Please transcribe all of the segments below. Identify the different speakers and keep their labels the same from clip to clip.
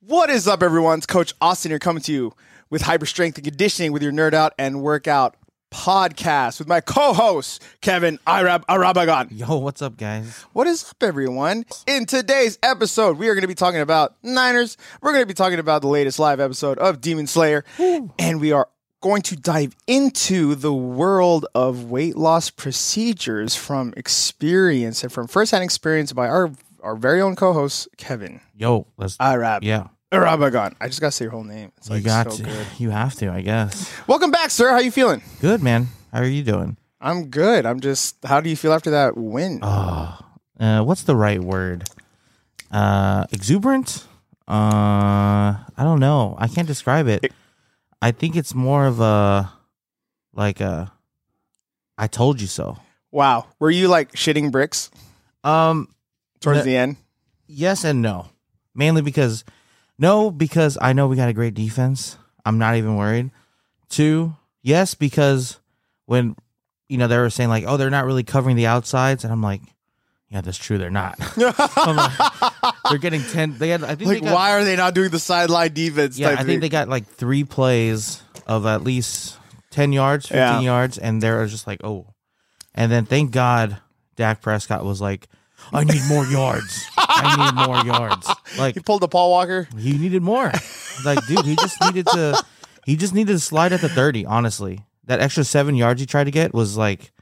Speaker 1: What is up, everyone? It's Coach Austin here coming to you with Hyper Strength and Conditioning with your Nerd Out and Workout podcast with my co host, Kevin Arab- Arabagan.
Speaker 2: Yo, what's up, guys?
Speaker 1: What is up, everyone? In today's episode, we are going to be talking about Niners. We're going to be talking about the latest live episode of Demon Slayer. And we are going to dive into the world of weight loss procedures from experience and from firsthand experience by our, our very own co host, Kevin
Speaker 2: Yo, let's.
Speaker 1: Arab.
Speaker 2: yeah,
Speaker 1: Arabagon. oh I just gotta say your whole name. Ah, It's
Speaker 2: you
Speaker 1: like
Speaker 2: got
Speaker 1: so
Speaker 2: to.
Speaker 1: good.
Speaker 2: You have to, I guess.
Speaker 1: Welcome back, sir. How you feeling?
Speaker 2: Good man. How are you doing?
Speaker 1: I'm good. I'm just. How do you feel after that win?
Speaker 2: Oh, uh, what's the right word? Uh, exuberant. Uh, I don't know. I can't describe it. I think it's more of a like a. I told you so.
Speaker 1: wow. Were you like shitting bricks
Speaker 2: Um,
Speaker 1: towards
Speaker 2: Yeah.
Speaker 1: the end?
Speaker 2: Yes and no. Mainly because no, because I know we got a great defense. I'm not even worried. Two, yes, because when you know they were saying like, oh, they're not really covering the outsides, and I'm like, yeah, that's true, they're not. I'm like, they're getting ten. They had, I think,
Speaker 1: Like,
Speaker 2: they got,
Speaker 1: why are they not doing the sideline defense?
Speaker 2: yeah,
Speaker 1: type
Speaker 2: I
Speaker 1: thing?
Speaker 2: think they got like three plays of at least ten yards, fifteen
Speaker 1: Yeah.
Speaker 2: yards, and they're just like, oh. And then thank God Dak Prescott was like, I need more yards. I need more yards. Like
Speaker 1: He pulled the Paul Walker.
Speaker 2: he needed more. like, dude, he just needed to. He just needed to slide at the thirty. Honestly, that extra seven yards he tried to get was like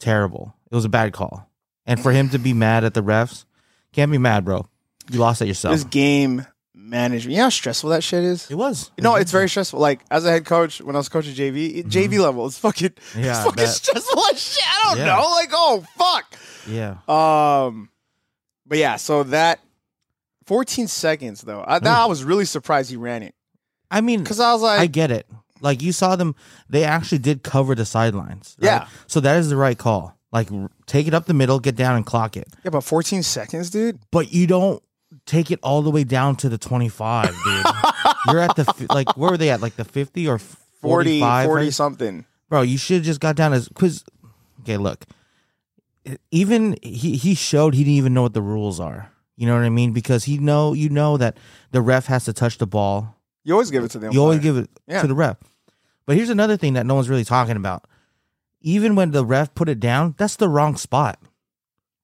Speaker 2: terrible. It was a bad call, and for him to be mad at the refs, can't be mad, bro. You lost at
Speaker 1: This
Speaker 2: yourself.
Speaker 1: game management. You know how stressful that shit is.
Speaker 2: It was.
Speaker 1: No, it's very stressful. Like as a head coach, when I was coaching JV, it- JV level, it's fucking,
Speaker 2: Mm-hmm. Yeah,
Speaker 1: it's
Speaker 2: I
Speaker 1: fucking
Speaker 2: bet.
Speaker 1: stressful as shit. I don't
Speaker 2: Yeah.
Speaker 1: know. Like oh fuck.
Speaker 2: yeah.
Speaker 1: Um, but yeah, so that 14 seconds though, I, that, I was really surprised he ran it
Speaker 2: I mean,
Speaker 1: because I was like,
Speaker 2: I get it. Like you saw them, they actually did cover the sidelines. right?
Speaker 1: Yeah.
Speaker 2: So that is the right call. Like r- take it up the middle, get down and clock it.
Speaker 1: yeah, but 14 seconds, dude.
Speaker 2: but you don't take it all the way down to the 25 dude you're at the fi- like where were they at like the 50 or
Speaker 1: 40,
Speaker 2: 45
Speaker 1: 40
Speaker 2: right?
Speaker 1: something.
Speaker 2: bro you should have just got down as quiz okay look even he, he showed he didn't even know what the rules are you know what i mean because he know you know that the ref has to touch the ball
Speaker 1: You always give it to them.
Speaker 2: you always give it
Speaker 1: Yeah.
Speaker 2: to the ref but here's another thing that no one's really talking about even when the ref put it down that's the wrong spot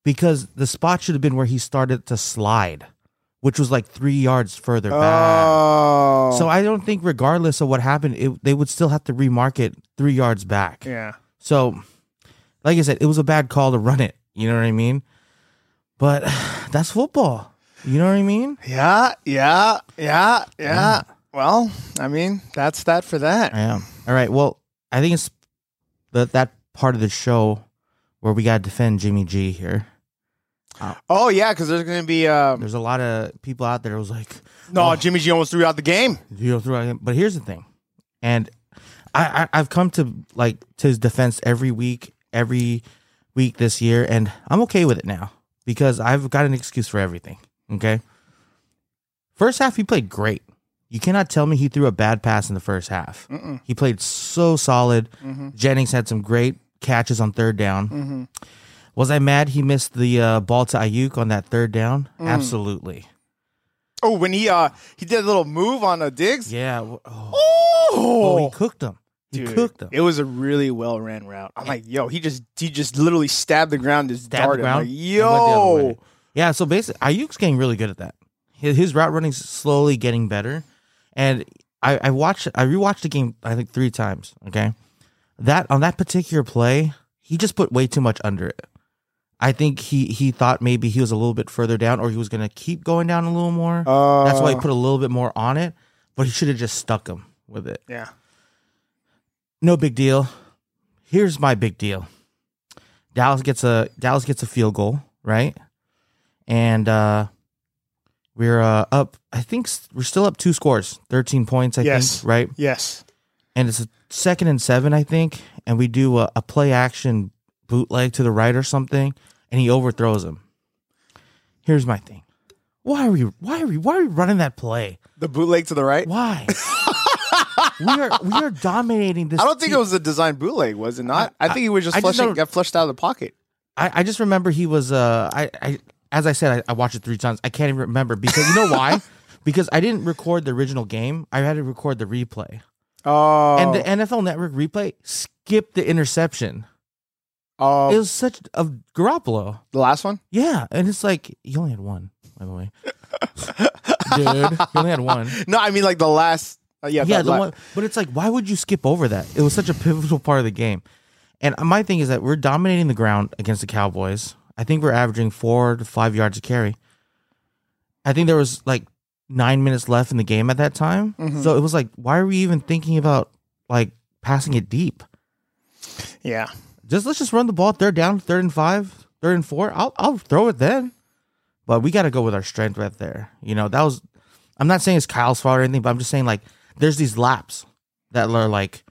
Speaker 2: because the spot should have been where he started to slide which was like three yards further back
Speaker 1: Oh,
Speaker 2: so i don't think regardless of what happened it, they would still have to remark it three yards back
Speaker 1: yeah.
Speaker 2: so like i said it was a bad call to run it you know what i mean but that's football you know what i mean
Speaker 1: Yeah, yeah, yeah, yeah. Well, I mean, that's that for that.
Speaker 2: I am. All right. Well, I think it's that that part of the show where we got to defend Jimmy G here.
Speaker 1: Oh, yeah, because there's going to be. Um,
Speaker 2: There's a lot of people out there who's like,
Speaker 1: no, Jimmy G almost threw out the game.
Speaker 2: you know, throw him. But here's the thing, and I, I I've come to like to his defense every week, every week this year, and I'm okay with it now because I've got an excuse for everything. Okay. First half, he played great. You cannot tell me he threw a bad pass in the first half. He played so solid.
Speaker 1: mm-hmm,
Speaker 2: Jennings had some great catches on third down. Was I mad he missed the uh, ball to Ayuk on that third down?
Speaker 1: Mm.
Speaker 2: Absolutely.
Speaker 1: Oh, when he uh he did a little move on a Diggs.
Speaker 2: Yeah. w- Oh. Oh,
Speaker 1: Oh,
Speaker 2: he cooked them. He
Speaker 1: Dude,
Speaker 2: cooked them.
Speaker 1: It was a really well ran route. I'm like, yo, he just he just literally stabbed the ground, just
Speaker 2: Stabbed the
Speaker 1: darted. I'm like,
Speaker 2: ground. and went the other
Speaker 1: yo,
Speaker 2: way. Yeah. So basically, Ayuk's getting really good at that. His, his route running's slowly getting better, and I, I watched I rewatched the game I think three times. Okay, that on that particular play, he just put way too much under it. I think he he thought maybe he was a little bit further down, or he was gonna keep going down a little more.
Speaker 1: Uh,
Speaker 2: That's why he put a little bit more on it, but he should have just stuck him with it.
Speaker 1: yeah.
Speaker 2: no big deal. Here's my big deal. Dallas gets a Dallas gets a field goal, right? And uh we're uh, up. I think s- we're still up two scores, thirteen points. I
Speaker 1: Yes.
Speaker 2: think, right?
Speaker 1: Yes.
Speaker 2: And it's a second and seven, I think. And we do a, a play action bootleg to the right or something, and he overthrows him. Here's my thing. Why are we? Why are we? Why are we running that play?
Speaker 1: The bootleg to the right.
Speaker 2: Why? we are we are dominating this.
Speaker 1: I don't think
Speaker 2: team.
Speaker 1: it was a design bootleg, was it not? I, think he was just
Speaker 2: I just
Speaker 1: flushing,
Speaker 2: don't-
Speaker 1: got flushed out of the pocket.
Speaker 2: I, I just remember he was uh I, I as I said I, I watched it three times. I can't even remember because you know why? because I didn't record the original game. I had to record the replay.
Speaker 1: Oh,
Speaker 2: And the NFL Network replay skipped the interception.
Speaker 1: oh,
Speaker 2: It was such of Garoppolo.
Speaker 1: the last one.
Speaker 2: Yeah, and it's like you only had one, by the way, dude. You only had one.
Speaker 1: No, I mean like the last. uh, yeah,
Speaker 2: yeah,
Speaker 1: the
Speaker 2: the
Speaker 1: la-
Speaker 2: one. But it's like, why would you skip over that? It was such a pivotal part of the game. And my thing is that we're dominating the ground against the Cowboys. I think we're averaging four to five yards a carry. I think there was like nine minutes left in the game at that time,
Speaker 1: Mhm.
Speaker 2: so it was like, why are we even thinking about like passing it deep?
Speaker 1: Yeah,
Speaker 2: Just let's just run the ball third down, third and five, third and four. I'll I'll throw it then, but we got to go with our strength right there. You know that was. I'm not saying it's Kyle's fault or anything, but I'm just saying like there's these laps that are like.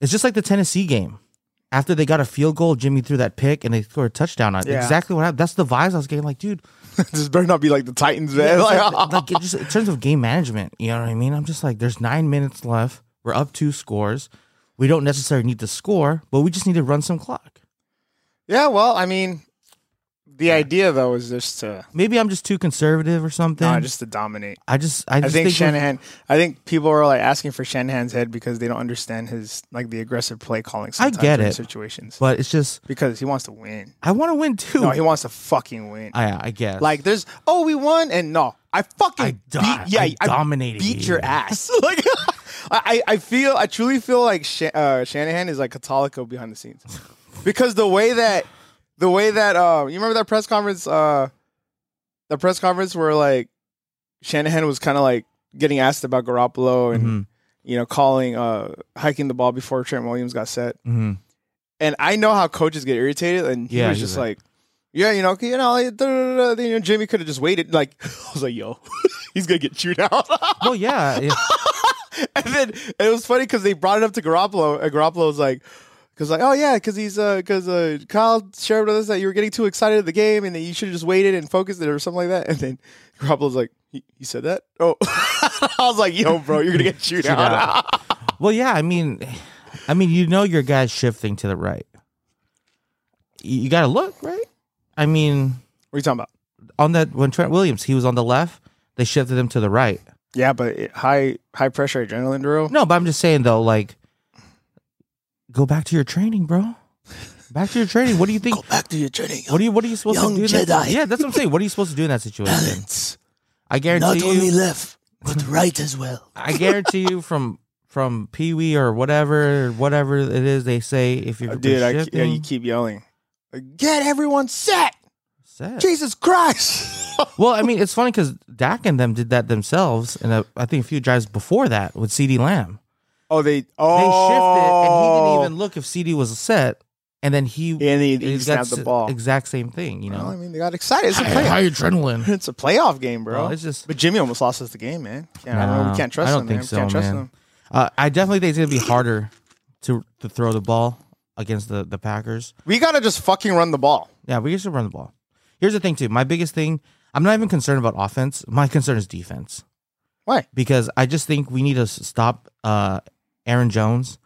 Speaker 2: It's just like the Tennessee game. After they got a field goal, Jimmy threw that pick and they scored a touchdown on it.
Speaker 1: Yeah.
Speaker 2: Exactly what happened. That's the vibes I was getting. Like, dude,
Speaker 1: this better not be like the Titans, man.
Speaker 2: it's
Speaker 1: like,
Speaker 2: like, like, it just in terms of game management, you know what I mean? I'm just like, there's nine minutes left. We're up two scores. We don't necessarily need to score, but we just need to run some clock.
Speaker 1: yeah. Well, I mean, the idea though is just to
Speaker 2: Maybe I'm just too conservative or something.
Speaker 1: nah, just to dominate.
Speaker 2: I just, I
Speaker 1: I
Speaker 2: just
Speaker 1: think
Speaker 2: we're-
Speaker 1: Shanahan. I think people are like asking for Shanahan's head because they don't understand his like the aggressive play calling. Sometimes
Speaker 2: get
Speaker 1: in
Speaker 2: it.
Speaker 1: situations
Speaker 2: But it's just,
Speaker 1: because he wants to win.
Speaker 2: I want to win too.
Speaker 1: No, he wants to fucking win.
Speaker 2: I, I guess.
Speaker 1: Like there's oh we won and no I fucking
Speaker 2: I di-
Speaker 1: beat yeah
Speaker 2: I dominated
Speaker 1: beat
Speaker 2: you.
Speaker 1: your ass like I I feel I truly feel like Sha- uh, Shanahan is like Catalico behind the scenes because the way that the way that uh you remember that press conference uh the press conference where like Shanahan was kind of like getting asked about Garoppolo and
Speaker 2: Mhm,
Speaker 1: you know calling uh hiking the ball before Trent Williams got set
Speaker 2: mhm.
Speaker 1: and I know how coaches get irritated, and he
Speaker 2: Yeah,
Speaker 1: was
Speaker 2: he's
Speaker 1: just
Speaker 2: like-
Speaker 1: like, "Yeah, you know, you know, like, da, da, da, da, you know Jimmy could have just waited." Like, I was like, "Yo, he's gonna get chewed out."
Speaker 2: Well, yeah. yeah.
Speaker 1: and then it was funny because they brought it up to Garoppolo, and Garoppolo was like, "Cause like, oh yeah, cause he's uh, cause uh, Kyle shared with us that you were getting too excited at the game, and that you should have just waited and focused it or something like that." And then Garoppolo's like, "He, he said that?" Oh, I was like, "Yo, bro, you're gonna get chewed, out."
Speaker 2: out. Well, yeah. I mean, I mean, you know, your guy's shifting to the right. You, you got to look, right? I mean,
Speaker 1: What are you talking about?
Speaker 2: on that when Trent Williams he was on the left, they shifted him to the right.
Speaker 1: Yeah, but it, high high pressure adrenaline drill.
Speaker 2: No, but I'm just saying though, like, go back to your training, bro. Back to your training. What do you think?
Speaker 1: Back to your training.
Speaker 2: What are you What are you supposed
Speaker 1: Young
Speaker 2: to do? in that-
Speaker 1: Jedi.
Speaker 2: yeah, that's what I'm saying. What are you supposed to do in that situation? I guarantee you.
Speaker 1: left, but right as well.
Speaker 2: I guarantee you from from Pee Wee or whatever whatever it is they say if you're
Speaker 1: Uh, Dude, I,
Speaker 2: shifting,
Speaker 1: yeah, you keep yelling. Like, Get everyone set!
Speaker 2: set.
Speaker 1: Jesus Christ!
Speaker 2: Well, I mean, it's funny because Dak and them did that themselves, and uh, I think a few drives before that with C.D. Lamb.
Speaker 1: oh, they
Speaker 2: They shifted, and he
Speaker 1: oh
Speaker 2: didn't even look if C.D. was set, and then he
Speaker 1: and he, he
Speaker 2: He's
Speaker 1: snapped the ball.
Speaker 2: Exact same thing, you
Speaker 1: Well, I
Speaker 2: know.
Speaker 1: mean, they got excited. It's a
Speaker 2: High,
Speaker 1: playoff.
Speaker 2: high adrenaline,
Speaker 1: It's a playoff game, bro.
Speaker 2: bro. It's just.
Speaker 1: but Jimmy almost lost us the game, man. Yeah, I don't know.
Speaker 2: Nah,
Speaker 1: We can't trust
Speaker 2: I don't
Speaker 1: him.
Speaker 2: think
Speaker 1: man.
Speaker 2: so,
Speaker 1: we can't trust
Speaker 2: man.
Speaker 1: him.
Speaker 2: Uh, I definitely think it's gonna be harder to to throw the ball against the the Packers.
Speaker 1: We gotta just fucking run the ball.
Speaker 2: Yeah, we should run the ball. Here's the thing, too. My biggest thing. I'm not even concerned about offense. My concern is defense
Speaker 1: Why?
Speaker 2: because I just think we need to s- stop uh, Aaron Jones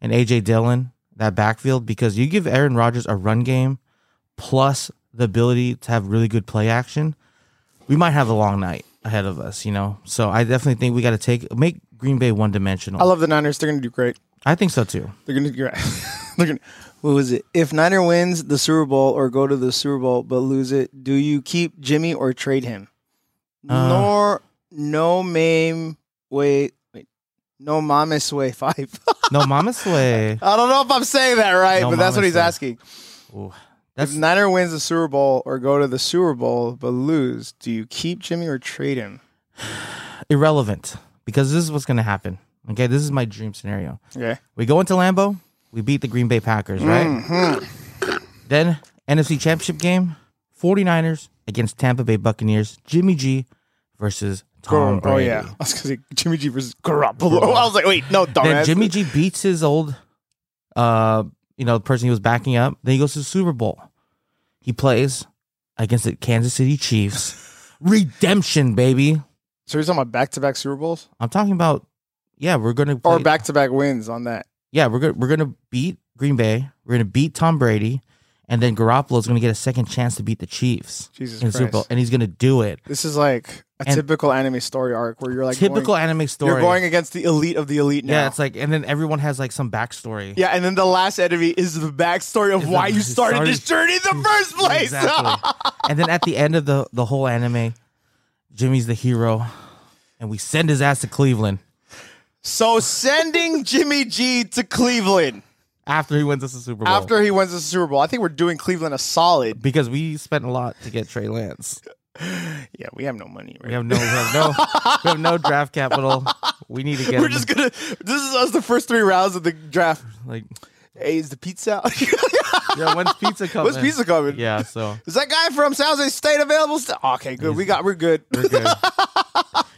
Speaker 2: and AJ Dillon that backfield because you give Aaron Rodgers a run game plus the ability to have really good play action, we might have a long night ahead of us, you know. So I definitely think we got to take make Green Bay one dimensional.
Speaker 1: I love the Niners. They're gonna do great.
Speaker 2: I think so too.
Speaker 1: They're gonna get. they're gonna. What was it? If Niner wins the Super Bowl or go to the Super Bowl but lose it, do you keep Jimmy or trade him?
Speaker 2: Uh.
Speaker 1: Nor no name way. Wait, no mames way five.
Speaker 2: No, Mama Slay.
Speaker 1: I don't know if I'm saying that right,
Speaker 2: No
Speaker 1: but that's what
Speaker 2: mames
Speaker 1: he's
Speaker 2: way.
Speaker 1: asking.
Speaker 2: Ooh,
Speaker 1: If
Speaker 2: that's
Speaker 1: Niner wins the Super Bowl or go to the Super Bowl but lose, do you keep Jimmy or trade him?
Speaker 2: irrelevant because this is what's going to happen. Okay, this is my dream scenario.
Speaker 1: Okay.
Speaker 2: We go into Lambeau, we beat the Green Bay Packers, right?
Speaker 1: Mm-hmm.
Speaker 2: Then NFC Championship game, 49ers against Tampa Bay Buccaneers, Jimmy G versus Tom
Speaker 1: Oh
Speaker 2: Brady.
Speaker 1: yeah, I was gonna say Jimmy G versus Garoppolo. I was like, wait, no,
Speaker 2: Then
Speaker 1: dumbass.
Speaker 2: Jimmy G beats his old uh you know, the person he was backing up. Then he goes to the Super Bowl. He plays against the Kansas City Chiefs. Redemption, baby.
Speaker 1: So he's talking about back-to-back Super Bowls
Speaker 2: I'm talking about yeah, we're gonna
Speaker 1: or
Speaker 2: play-
Speaker 1: back-to-back wins on that.
Speaker 2: yeah, we're gonna we're gonna beat Green Bay. We're gonna beat Tom Brady, and then Garoppolo's going to get a second chance to beat the Chiefs
Speaker 1: Jesus
Speaker 2: in the Super Bowl,
Speaker 1: Christ.
Speaker 2: and he's going to do it.
Speaker 1: This is like a
Speaker 2: And-
Speaker 1: typical anime story arc where you're like going-
Speaker 2: Typical anime story.
Speaker 1: You're going against the elite of the elite now.
Speaker 2: yeah, it's like, and then everyone has like some backstory.
Speaker 1: Yeah, and then the last enemy is the backstory of
Speaker 2: Is
Speaker 1: why
Speaker 2: the-
Speaker 1: you started,
Speaker 2: started-
Speaker 1: this journey in the first place.
Speaker 2: Exactly. and then at the end of the the whole anime, Jimmy's the hero, and we send his ass to Cleveland
Speaker 1: so sending Jimmy G to Cleveland
Speaker 2: after he wins us the Super Bowl.
Speaker 1: after he wins the Super Bowl. I think we're doing Cleveland a solid.
Speaker 2: because we spent a lot to get Trey Lance.
Speaker 1: Yeah, we have no money,
Speaker 2: We
Speaker 1: right?
Speaker 2: have no, we have no, we have no draft capital. We need to get
Speaker 1: We're
Speaker 2: him,
Speaker 1: just gonna. This is us the first three rounds of the draft.
Speaker 2: like
Speaker 1: Hey, is the pizza out?
Speaker 2: yeah. When's pizza coming?
Speaker 1: What's pizza coming?
Speaker 2: Yeah, so
Speaker 1: Is that guy from San Jose State available? St- okay, good. We got. We're good.
Speaker 2: we're good.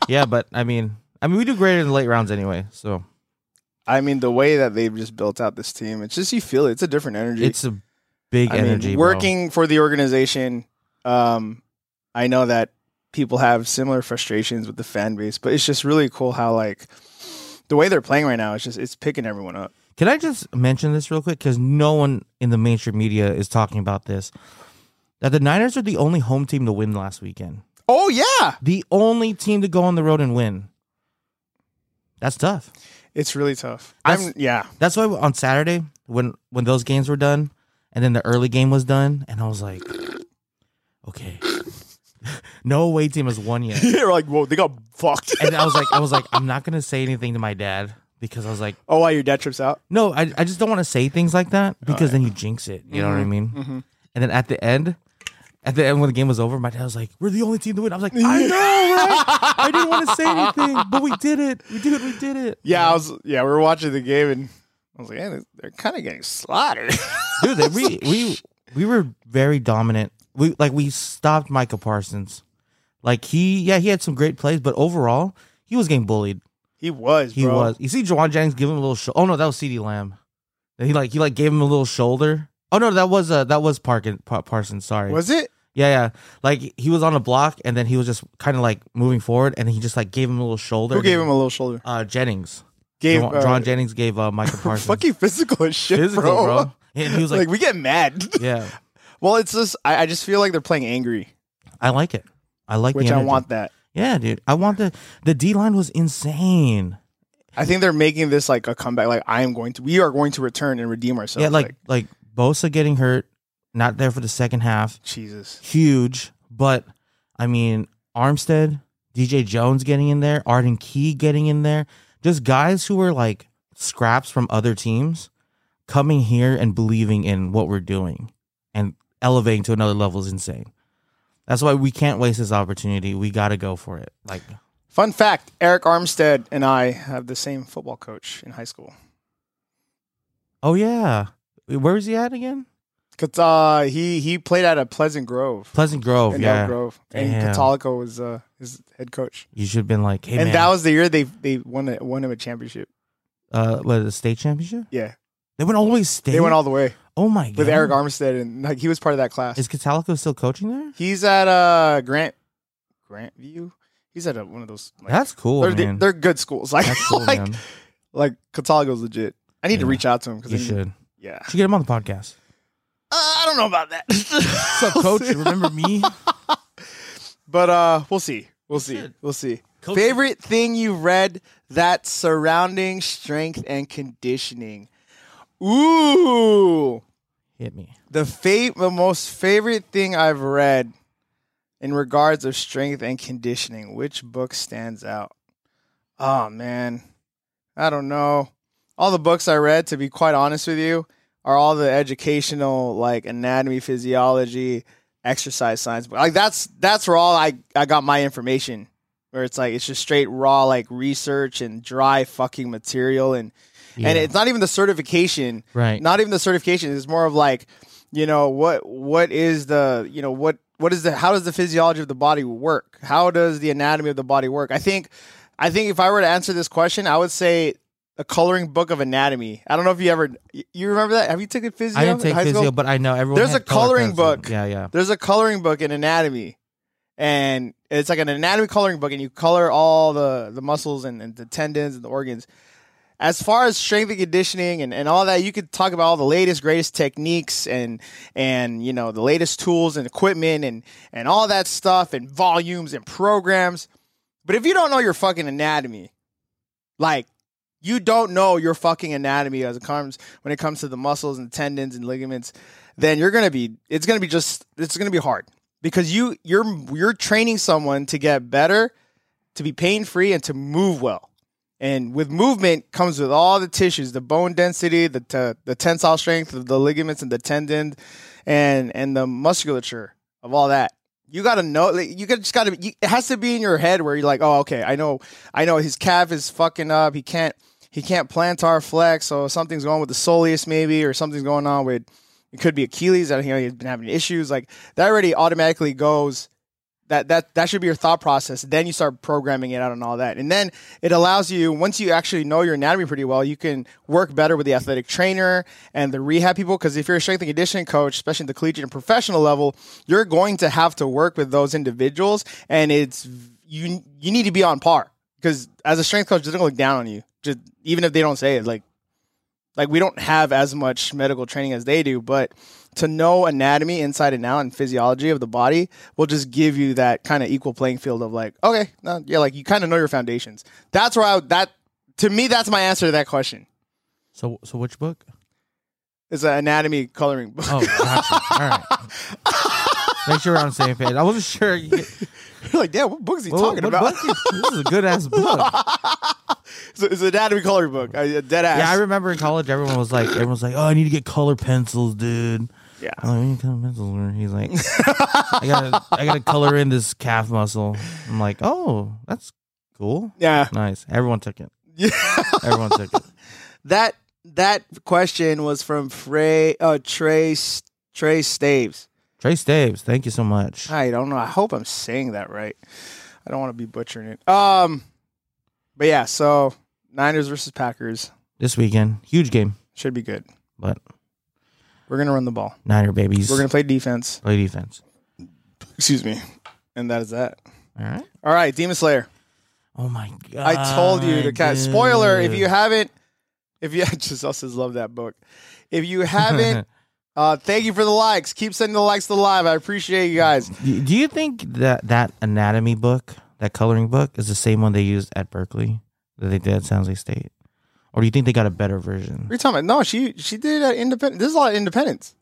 Speaker 2: yeah, but I mean, I mean, we do greater in the late rounds anyway. So
Speaker 1: I mean, the way that they've just built out this team, it's just you feel it. It's a different energy.
Speaker 2: it's a big
Speaker 1: I mean,
Speaker 2: energy. bro.
Speaker 1: working for the organization. Um, I know that people have similar frustrations with the fan base, but it's just really cool how like the way they're playing right now. It's just it's picking everyone up.
Speaker 2: Can I just mention this real quick? Because no one in the mainstream media is talking about this. That the Niners are the only home team to win last weekend.
Speaker 1: Oh yeah,
Speaker 2: The only team to go on the road and win. That's tough.
Speaker 1: it's really tough.
Speaker 2: That's-
Speaker 1: I'm yeah.
Speaker 2: That's why on Saturday when when those games were done, and then the early game was done, and I was like, okay, no away team has won yet.
Speaker 1: You're like whoa, they got fucked.
Speaker 2: And I was like, I was like, I'm not gonna say anything to my dad because I was like,
Speaker 1: oh, why your dad trips out?
Speaker 2: no, I I just don't want to say things like that because then you jinx it. You know what I mean? And then at the end. At the end, when the game was over, my dad was like, "We're the only team to win." I was like, "I know, right? I didn't want to say anything, but we did it. We did. We did it."
Speaker 1: Yeah, I was. Yeah, we were watching the game and I was like, yeah, they're, kind of getting slaughtered.
Speaker 2: dude. That we we we were very dominant. We like we stopped Micah Parsons. Like he, yeah, he had some great plays, but overall, he was getting bullied.
Speaker 1: he was.
Speaker 2: He
Speaker 1: bro.
Speaker 2: was. You see, Jawan Jennings give him a little. Sho- oh no, that was Ceedee Lamb. And he like he like gave him a little shoulder. Oh no, that was uh that was Parkin, Pa- Parsons. Sorry.
Speaker 1: Was it?
Speaker 2: yeah, yeah. Like he was on a block, and then he was just kind of like moving forward, and he just like gave him a little shoulder.
Speaker 1: Who gave him a little shoulder?
Speaker 2: uh, Jennings.
Speaker 1: Gave
Speaker 2: Jawan,
Speaker 1: uh,
Speaker 2: Jawan Jennings gave uh, Micah Parsons
Speaker 1: fucking physical as shit,
Speaker 2: physical,
Speaker 1: bro.
Speaker 2: bro. And he was
Speaker 1: Like,
Speaker 2: like
Speaker 1: we get mad.
Speaker 2: yeah,
Speaker 1: Well, it's just I, I just feel like they're playing angry,
Speaker 2: I like it. I like the
Speaker 1: which I
Speaker 2: energy.
Speaker 1: want that.
Speaker 2: Yeah, dude. I want the the D line was insane.
Speaker 1: I think they're making this like a comeback. Like I am going to, we are going to return and redeem ourselves.
Speaker 2: yeah, like, like Bosa getting hurt, not there for the second half.
Speaker 1: Jesus,
Speaker 2: Huge, but I mean Armstead, DJ Jones getting in there, Arden Key getting in there, just guys who were like scraps from other teams coming here and believing in what we're doing and elevating to another level is insane. That's why we can't waste this opportunity. We got to go for it. Like
Speaker 1: fun fact: Eric Armstead and I have the same football coach in high school.
Speaker 2: Oh yeah. Where is he at again?
Speaker 1: Cause uh, he he played at a Pleasant Grove,
Speaker 2: Pleasant Grove,
Speaker 1: in
Speaker 2: oh, yeah.
Speaker 1: Elk Grove, and
Speaker 2: Damn.
Speaker 1: Catalico was uh, his head coach.
Speaker 2: You should have been like, hey
Speaker 1: and
Speaker 2: man,
Speaker 1: that was the year they they won a, won him a championship.
Speaker 2: uh, what, the state championship?
Speaker 1: Yeah,
Speaker 2: They went all the way state.
Speaker 1: they went all the way
Speaker 2: Oh my god!
Speaker 1: with Eric Armstead, and like he was part of that class.
Speaker 2: Is Catalico still coaching there?
Speaker 1: He's at uh Grant Grant View. He's at a, one of those. Like,
Speaker 2: That's cool,
Speaker 1: they're,
Speaker 2: man.
Speaker 1: they're good schools. Like
Speaker 2: That's cool,
Speaker 1: like
Speaker 2: man.
Speaker 1: like Catalico's legit. I need to
Speaker 2: Yeah.
Speaker 1: reach out to him because
Speaker 2: You should. You
Speaker 1: Yeah, uh,
Speaker 2: should get him on the podcast.
Speaker 1: I don't know about that. What's
Speaker 2: What's up, coach? Remember me?
Speaker 1: But uh, we'll see. We'll see.
Speaker 2: should.
Speaker 1: We'll see.
Speaker 2: Coach-
Speaker 1: Favorite thing you read that surrounding strength and conditioning. Ooh,
Speaker 2: Hit me.
Speaker 1: the fa- the most favorite thing I've read in regards of strength and conditioning. Which book stands out? Oh man, I don't know. All the books I read, to be quite honest with you, are all the educational like anatomy, physiology, exercise science. But like that's that's where all I I got my information. Where it's like it's just straight raw like research and dry fucking material and and
Speaker 2: Yeah.
Speaker 1: it's not even the certification
Speaker 2: right.
Speaker 1: not even the certification it's more of like you know what what is the you know what what is the how does the physiology of the body work how does the anatomy of the body work i think i think if i were to answer this question i would say a coloring book of anatomy i don't know if you ever y- you remember that have you taken physio
Speaker 2: I didn't take
Speaker 1: in high
Speaker 2: physio,
Speaker 1: school?
Speaker 2: but I know everyone.
Speaker 1: There's
Speaker 2: had
Speaker 1: a coloring
Speaker 2: color
Speaker 1: book.
Speaker 2: pencil. Yeah, yeah.
Speaker 1: there's a coloring book in anatomy and it's like an anatomy coloring book and you color all the the muscles and, and the tendons and the organs as far as strength and conditioning and, and all that, you could talk about all the latest, greatest techniques and and you know the latest tools and equipment and and all that stuff and volumes and programs. But if you don't know your fucking anatomy, like you don't know your fucking anatomy as it comes when it comes to the muscles and tendons and ligaments, then you're gonna be it's gonna be just it's gonna be hard because you you're you're training someone to get better, to be pain free, and to move well. And with movement comes with all the tissues, the bone density, the t- the tensile strength of the ligaments and the tendon, and and the musculature of all that. You gotta know. Like, you got just gotta. You, it has to be in your head where you're like, oh, okay, I know, I know his calf is fucking up. He can't he can't plantar flex, so something's going with the soleus maybe, or something's going on with it could be Achilles. I don't know he's been having issues. Like that already automatically goes that that that should be your thought process. Then you start programming it out and all that, and then it allows you once you actually know your anatomy pretty well, you can work better with the athletic trainer and the rehab people. Because if you're a strength and conditioning coach, especially at the collegiate and professional level, you're going to have to work with those individuals, and it's you you need to be on par. Because as a strength coach, they're gonna look down on you, just even if they don't say it. Like like we don't have as much medical training as they do, but to know anatomy inside and out and physiology of the body will just give you that kind of equal playing field of like, okay, no, yeah, like you kind of know your foundations. That's where I would, that to me that's my answer to that question.
Speaker 2: So so which book?
Speaker 1: It's an anatomy coloring book.
Speaker 2: Oh, gotcha. All right. Make sure we're on the same page. I wasn't sure. You,
Speaker 1: You're like, damn, what book is he
Speaker 2: what,
Speaker 1: talking
Speaker 2: what
Speaker 1: about?
Speaker 2: book is- this is a good ass book.
Speaker 1: So it's an anatomy coloring book. I, dead ass.
Speaker 2: Yeah, I remember in college, everyone was like, everyone was like, oh, I need to get color pencils, dude.
Speaker 1: Yeah.
Speaker 2: I'm like, what kind of pencils? are-" He's like, I gotta, I gotta color in this calf muscle. I'm like, oh, that's cool,
Speaker 1: yeah.
Speaker 2: nice. Everyone took it.
Speaker 1: Yeah.
Speaker 2: Everyone took it.
Speaker 1: That that question was from Frey uh Trey S- Trey Staves.
Speaker 2: Trey Staves, thank you so much.
Speaker 1: I don't know. I hope I'm saying that right. I don't want to be butchering it. Um, but yeah, so Niners versus Packers
Speaker 2: This weekend, huge game,
Speaker 1: should be good.
Speaker 2: but
Speaker 1: We're gonna run the ball.
Speaker 2: Niner babies.
Speaker 1: We're gonna play defense.
Speaker 2: play defense.
Speaker 1: Excuse me. And that is that.
Speaker 2: All right.
Speaker 1: All right, Demon Slayer.
Speaker 2: Oh my god!
Speaker 1: I told you to catch. Spoiler: If
Speaker 2: dude.
Speaker 1: you haven't, if you Giselle says love that book. If you haven't, uh, thank you for the likes. Keep sending the likes to the live. I appreciate you guys.
Speaker 2: Do do you think that that anatomy book, that coloring book, is the same one they used at Berkeley that they did at San Jose State, or do you think they got a better version?
Speaker 1: What are you talking about? No, she she did it at Independence. This is a lot of Independence.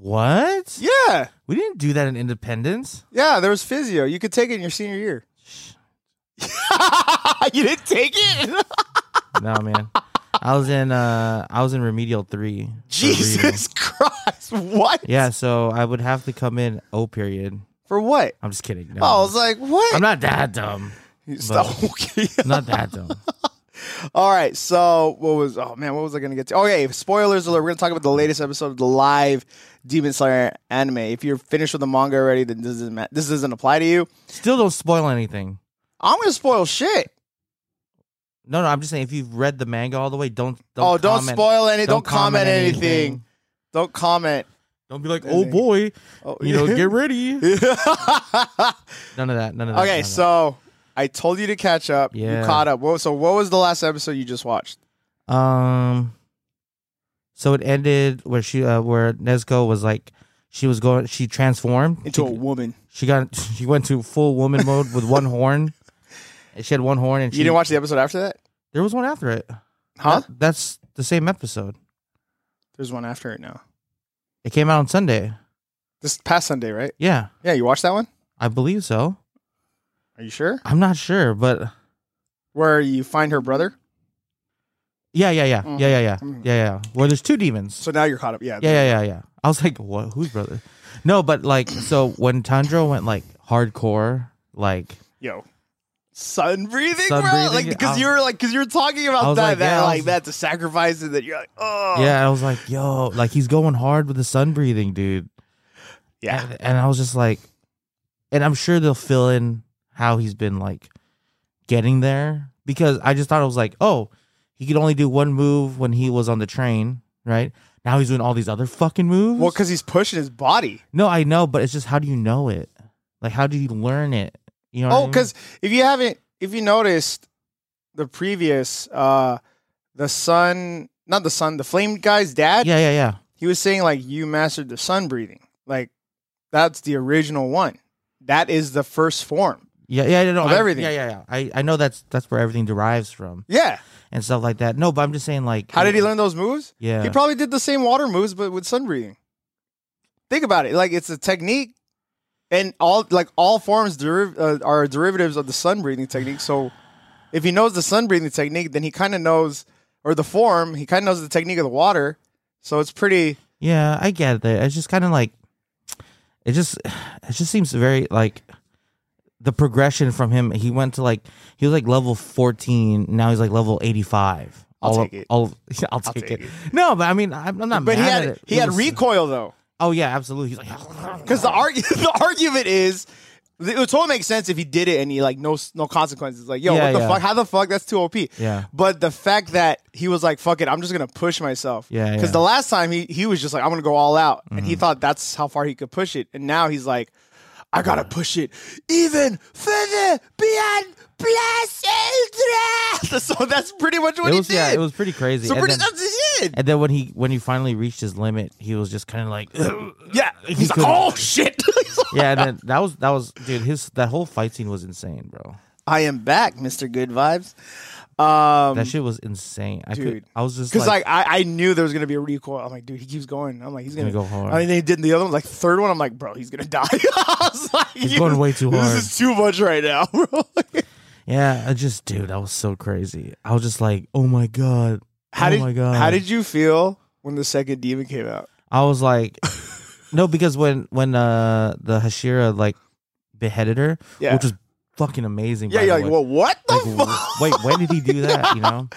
Speaker 2: What?
Speaker 1: Yeah,
Speaker 2: We didn't do that in Independence.
Speaker 1: yeah. There was physio. You could take it in your senior year. you didn't take it.
Speaker 2: No, man. I was in uh I was in remedial three. for reading.
Speaker 1: Jesus Christ! What?
Speaker 2: Yeah, so I would have to come in O period.
Speaker 1: For what?
Speaker 2: I'm just kidding. No.
Speaker 1: Oh, I was like, what?
Speaker 2: I'm not that dumb.
Speaker 1: Stop. Okay.
Speaker 2: I'm not that dumb.
Speaker 1: All right. So what was? Oh man, what was I going to get to? Okay, spoilers alert. We're going to talk about the latest episode of the live Demon Slayer anime. If you're finished with the manga already, then this doesn't ma- this doesn't apply to you.
Speaker 2: Still don't spoil anything.
Speaker 1: I'm going to spoil shit.
Speaker 2: No, no, I'm just saying if you've read the manga all the way, don't don't
Speaker 1: oh, don't
Speaker 2: comment-
Speaker 1: spoil any. Don't, comment, anything. Don't comment.
Speaker 2: Don't be like, oh
Speaker 1: Anything.
Speaker 2: boy,
Speaker 1: Oh,
Speaker 2: you know, get ready.
Speaker 1: get.
Speaker 2: None of that. None of that. none
Speaker 1: okay,
Speaker 2: of
Speaker 1: so I told you to catch up.
Speaker 2: Yeah.
Speaker 1: You caught up. Whoa, so what was the last episode you just watched?
Speaker 2: that. um, so it ended where she uh, where Nezuko was like, she was going, she transformed
Speaker 1: Into
Speaker 2: she,
Speaker 1: a woman.
Speaker 2: She got she went to full woman mode with one horn. And She had one horn, and she
Speaker 1: You didn't watch the episode after that,
Speaker 2: There was one after it.
Speaker 1: huh?
Speaker 2: That- that's the same episode.
Speaker 1: There's one after it now.
Speaker 2: It came out on Sunday.
Speaker 1: This past Sunday, right?
Speaker 2: Yeah,
Speaker 1: Yeah, you watched that one.
Speaker 2: I believe so.
Speaker 1: Are you sure?
Speaker 2: I'm not sure, but
Speaker 1: Where you find her brother.
Speaker 2: yeah, yeah, yeah, yeah, yeah, yeah, yeah,
Speaker 1: Mhm.
Speaker 2: yeah. Well, there's two demons.
Speaker 1: So now you're caught up. Yeah.
Speaker 2: yeah, yeah, yeah, yeah. I was like, what? Who's brother? No, but like, so when Tandro went like hardcore, like
Speaker 1: Yo. Sun breathing,
Speaker 2: Sun
Speaker 1: bro.
Speaker 2: breathing,
Speaker 1: like because
Speaker 2: I'm-
Speaker 1: you were like because you were talking
Speaker 2: I
Speaker 1: about
Speaker 2: was
Speaker 1: that
Speaker 2: like,
Speaker 1: that
Speaker 2: yeah, I
Speaker 1: like
Speaker 2: was-
Speaker 1: that the sacrifices that you're like oh
Speaker 2: Yeah, I was like, yo, like he's going hard with the sun breathing, dude.
Speaker 1: yeah
Speaker 2: And, and I was just like, and I'm sure they'll fill in how he's been like getting there because I just thought it was like, oh, he could only do one move when he was on the train, right? Now he's doing all these other fucking moves.
Speaker 1: well because he's pushing his body
Speaker 2: no, I know, but it's just how do you know it? Like, how do you learn it? You know? what I
Speaker 1: oh
Speaker 2: mean?
Speaker 1: because if you haven't if you noticed the previous uh the son, not the son, the flame guy's dad.
Speaker 2: Yeah, yeah, yeah.
Speaker 1: He was saying like you mastered the sun breathing. Like that's the original one. That is the first form.
Speaker 2: Yeah, yeah, no, no,
Speaker 1: Of
Speaker 2: I-
Speaker 1: everything.
Speaker 2: Yeah, yeah, yeah. I, I know that's that's where everything derives from
Speaker 1: Yeah.
Speaker 2: and stuff like that. No, but I'm just saying like
Speaker 1: How did he learn those moves?
Speaker 2: Yeah,
Speaker 1: He probably did the same water moves, but with sun breathing. Think about it. Like it's a technique, and all like all forms deriv- uh, are derivatives of the sun breathing technique. So, if he knows the sun breathing technique, then he kind of knows, or the form, he kind of knows the technique of the water. So it's pretty.
Speaker 2: yeah. I get that. It's just kind of like it just it just seems very like the progression from him. He went to like he was like level 14. Now he's like level 85.
Speaker 1: I'll
Speaker 2: all,
Speaker 1: take it.
Speaker 2: All, yeah, I'll, take,
Speaker 1: take
Speaker 2: it. No, but I mean, I'm, I'm not.
Speaker 1: But he
Speaker 2: mad
Speaker 1: had
Speaker 2: at it.
Speaker 1: he
Speaker 2: It
Speaker 1: had
Speaker 2: was-
Speaker 1: recoil though,
Speaker 2: Oh yeah, absolutely. He's like
Speaker 1: because the arg- the argument is. It would totally make sense if he did it and he like no no consequences. Like, yo,
Speaker 2: Yeah,
Speaker 1: what the
Speaker 2: yeah.
Speaker 1: fuck? How the fuck? That's too op.
Speaker 2: yeah.
Speaker 1: But the fact that he was like, "Fuck it, I'm just gonna push myself."
Speaker 2: Yeah,
Speaker 1: Because
Speaker 2: yeah. Mm-hmm.
Speaker 1: the last time he he was just like, "I'm gonna go all out," and he thought that's how far he could push it, and now he's like, "I gotta push it even further beyond blessed." so that's pretty much what
Speaker 2: It
Speaker 1: he
Speaker 2: was
Speaker 1: did.
Speaker 2: yeah, it was pretty crazy.
Speaker 1: so
Speaker 2: And
Speaker 1: pretty,
Speaker 2: then-
Speaker 1: that's it.
Speaker 2: And then when he when he finally reached his limit, he was just kind of like,
Speaker 1: yeah, he's like,
Speaker 2: couldn't-
Speaker 1: "Oh shit." He's like,
Speaker 2: yeah. And then that was that was dude. His that whole fight scene was insane, bro.
Speaker 1: I am back, Mister Good Vibes. Um,
Speaker 2: That shit was insane. I
Speaker 1: Dude.
Speaker 2: could. I was just
Speaker 1: Because
Speaker 2: like,
Speaker 1: like, I, I knew there was gonna be a recoil. I'm like, dude, he keeps going. I'm like, he's gonna,
Speaker 2: Gonna go hard.
Speaker 1: I mean, they did the other one, like third one. I'm like, bro, he's gonna die. I was like,
Speaker 2: He's going way too
Speaker 1: this
Speaker 2: hard.
Speaker 1: This is too much right now, bro.
Speaker 2: yeah. I just, dude, that was so crazy. I was just like, oh my god.
Speaker 1: how
Speaker 2: oh
Speaker 1: did
Speaker 2: my god.
Speaker 1: how did you feel when the second demon came out?
Speaker 2: I was like, no, because when when uh the Hashira like beheaded her,
Speaker 1: Yeah.
Speaker 2: which was fucking amazing.
Speaker 1: Yeah,
Speaker 2: by
Speaker 1: you're like,
Speaker 2: the way.
Speaker 1: well, what the
Speaker 2: like w-
Speaker 1: fuck?
Speaker 2: wait when did he do that you know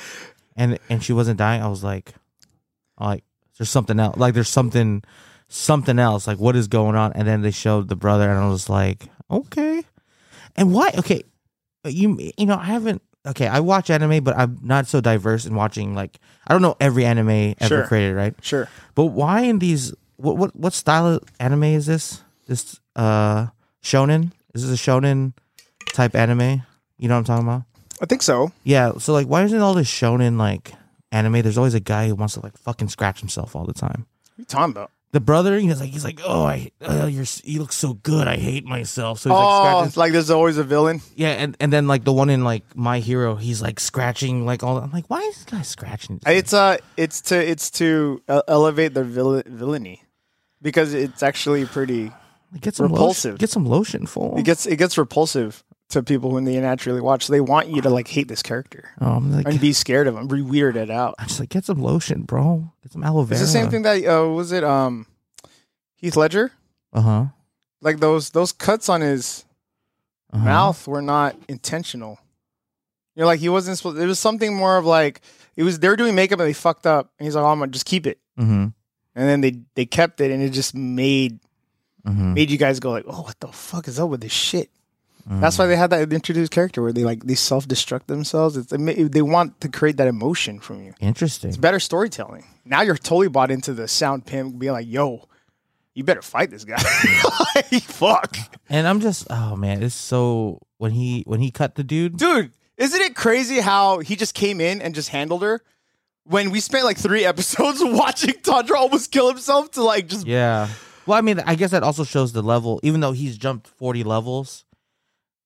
Speaker 2: and and she wasn't dying i was like I'm like there's something else like there's something something else like what is going on and then they showed the brother and i was like okay and why okay you you know i haven't okay i watch anime but i'm not so diverse in watching like i don't know every anime ever
Speaker 1: Sure.
Speaker 2: created right
Speaker 1: Sure.
Speaker 2: but why in these what what what style of anime is this this uh shonen is this a shonen type anime you know what i'm talking about
Speaker 1: I think so.
Speaker 2: yeah, so like, why isn't all this shown in like anime? There's always a guy who wants to like fucking scratch himself all the time.
Speaker 1: What are you talking about?
Speaker 2: The brother, you know, like he's like, oh, I, uh, you're, s- you look so good. I hate myself. So he's like
Speaker 1: Oh,
Speaker 2: scratching.
Speaker 1: it's like there's always a villain.
Speaker 2: Yeah, and, and then like the one in like My Hero, he's like scratching like all. I'm like, why is this guy scratching?
Speaker 1: It's uh, it's to it's to uh, elevate their vill- villainy because it's actually pretty.
Speaker 2: Like, get some
Speaker 1: repulsive.
Speaker 2: Lotion, get some lotion for.
Speaker 1: It
Speaker 2: him.
Speaker 1: gets it gets repulsive to people when they naturally watch. So they want you to like hate this character.
Speaker 2: oh, I'm like,
Speaker 1: and be scared of him, be weirded out.
Speaker 2: I'm just like, get some lotion, bro. Get some aloe vera.
Speaker 1: It's the same thing that uh, was it um Heath Ledger?
Speaker 2: Uh huh.
Speaker 1: Like those those cuts on his
Speaker 2: Uh-huh.
Speaker 1: mouth were not intentional. You're like he wasn't supposed. It was something more of like it was they were doing makeup and they fucked up, and he's like, "Oh, I'm gonna just keep it."
Speaker 2: hmm
Speaker 1: And then they they kept it, and it just made
Speaker 2: hmm
Speaker 1: made you guys go like, "Oh, what the fuck is up with this shit?" That's why they had that introduced character where they like they self destruct themselves. It's, it ma- they want to create that emotion from you.
Speaker 2: Interesting.
Speaker 1: It's better storytelling. Now you're totally bought into the sound pimp being like, yo, you better fight this guy. like, fuck.
Speaker 2: And I'm just, oh man, it's so when he when he cut the dude.
Speaker 1: Dude, isn't it crazy how he just came in and just handled her? When we spent like three episodes watching Tundra almost kill himself to like just
Speaker 2: Yeah. Well, I mean, I guess that also shows the level. Even though he's jumped forty levels,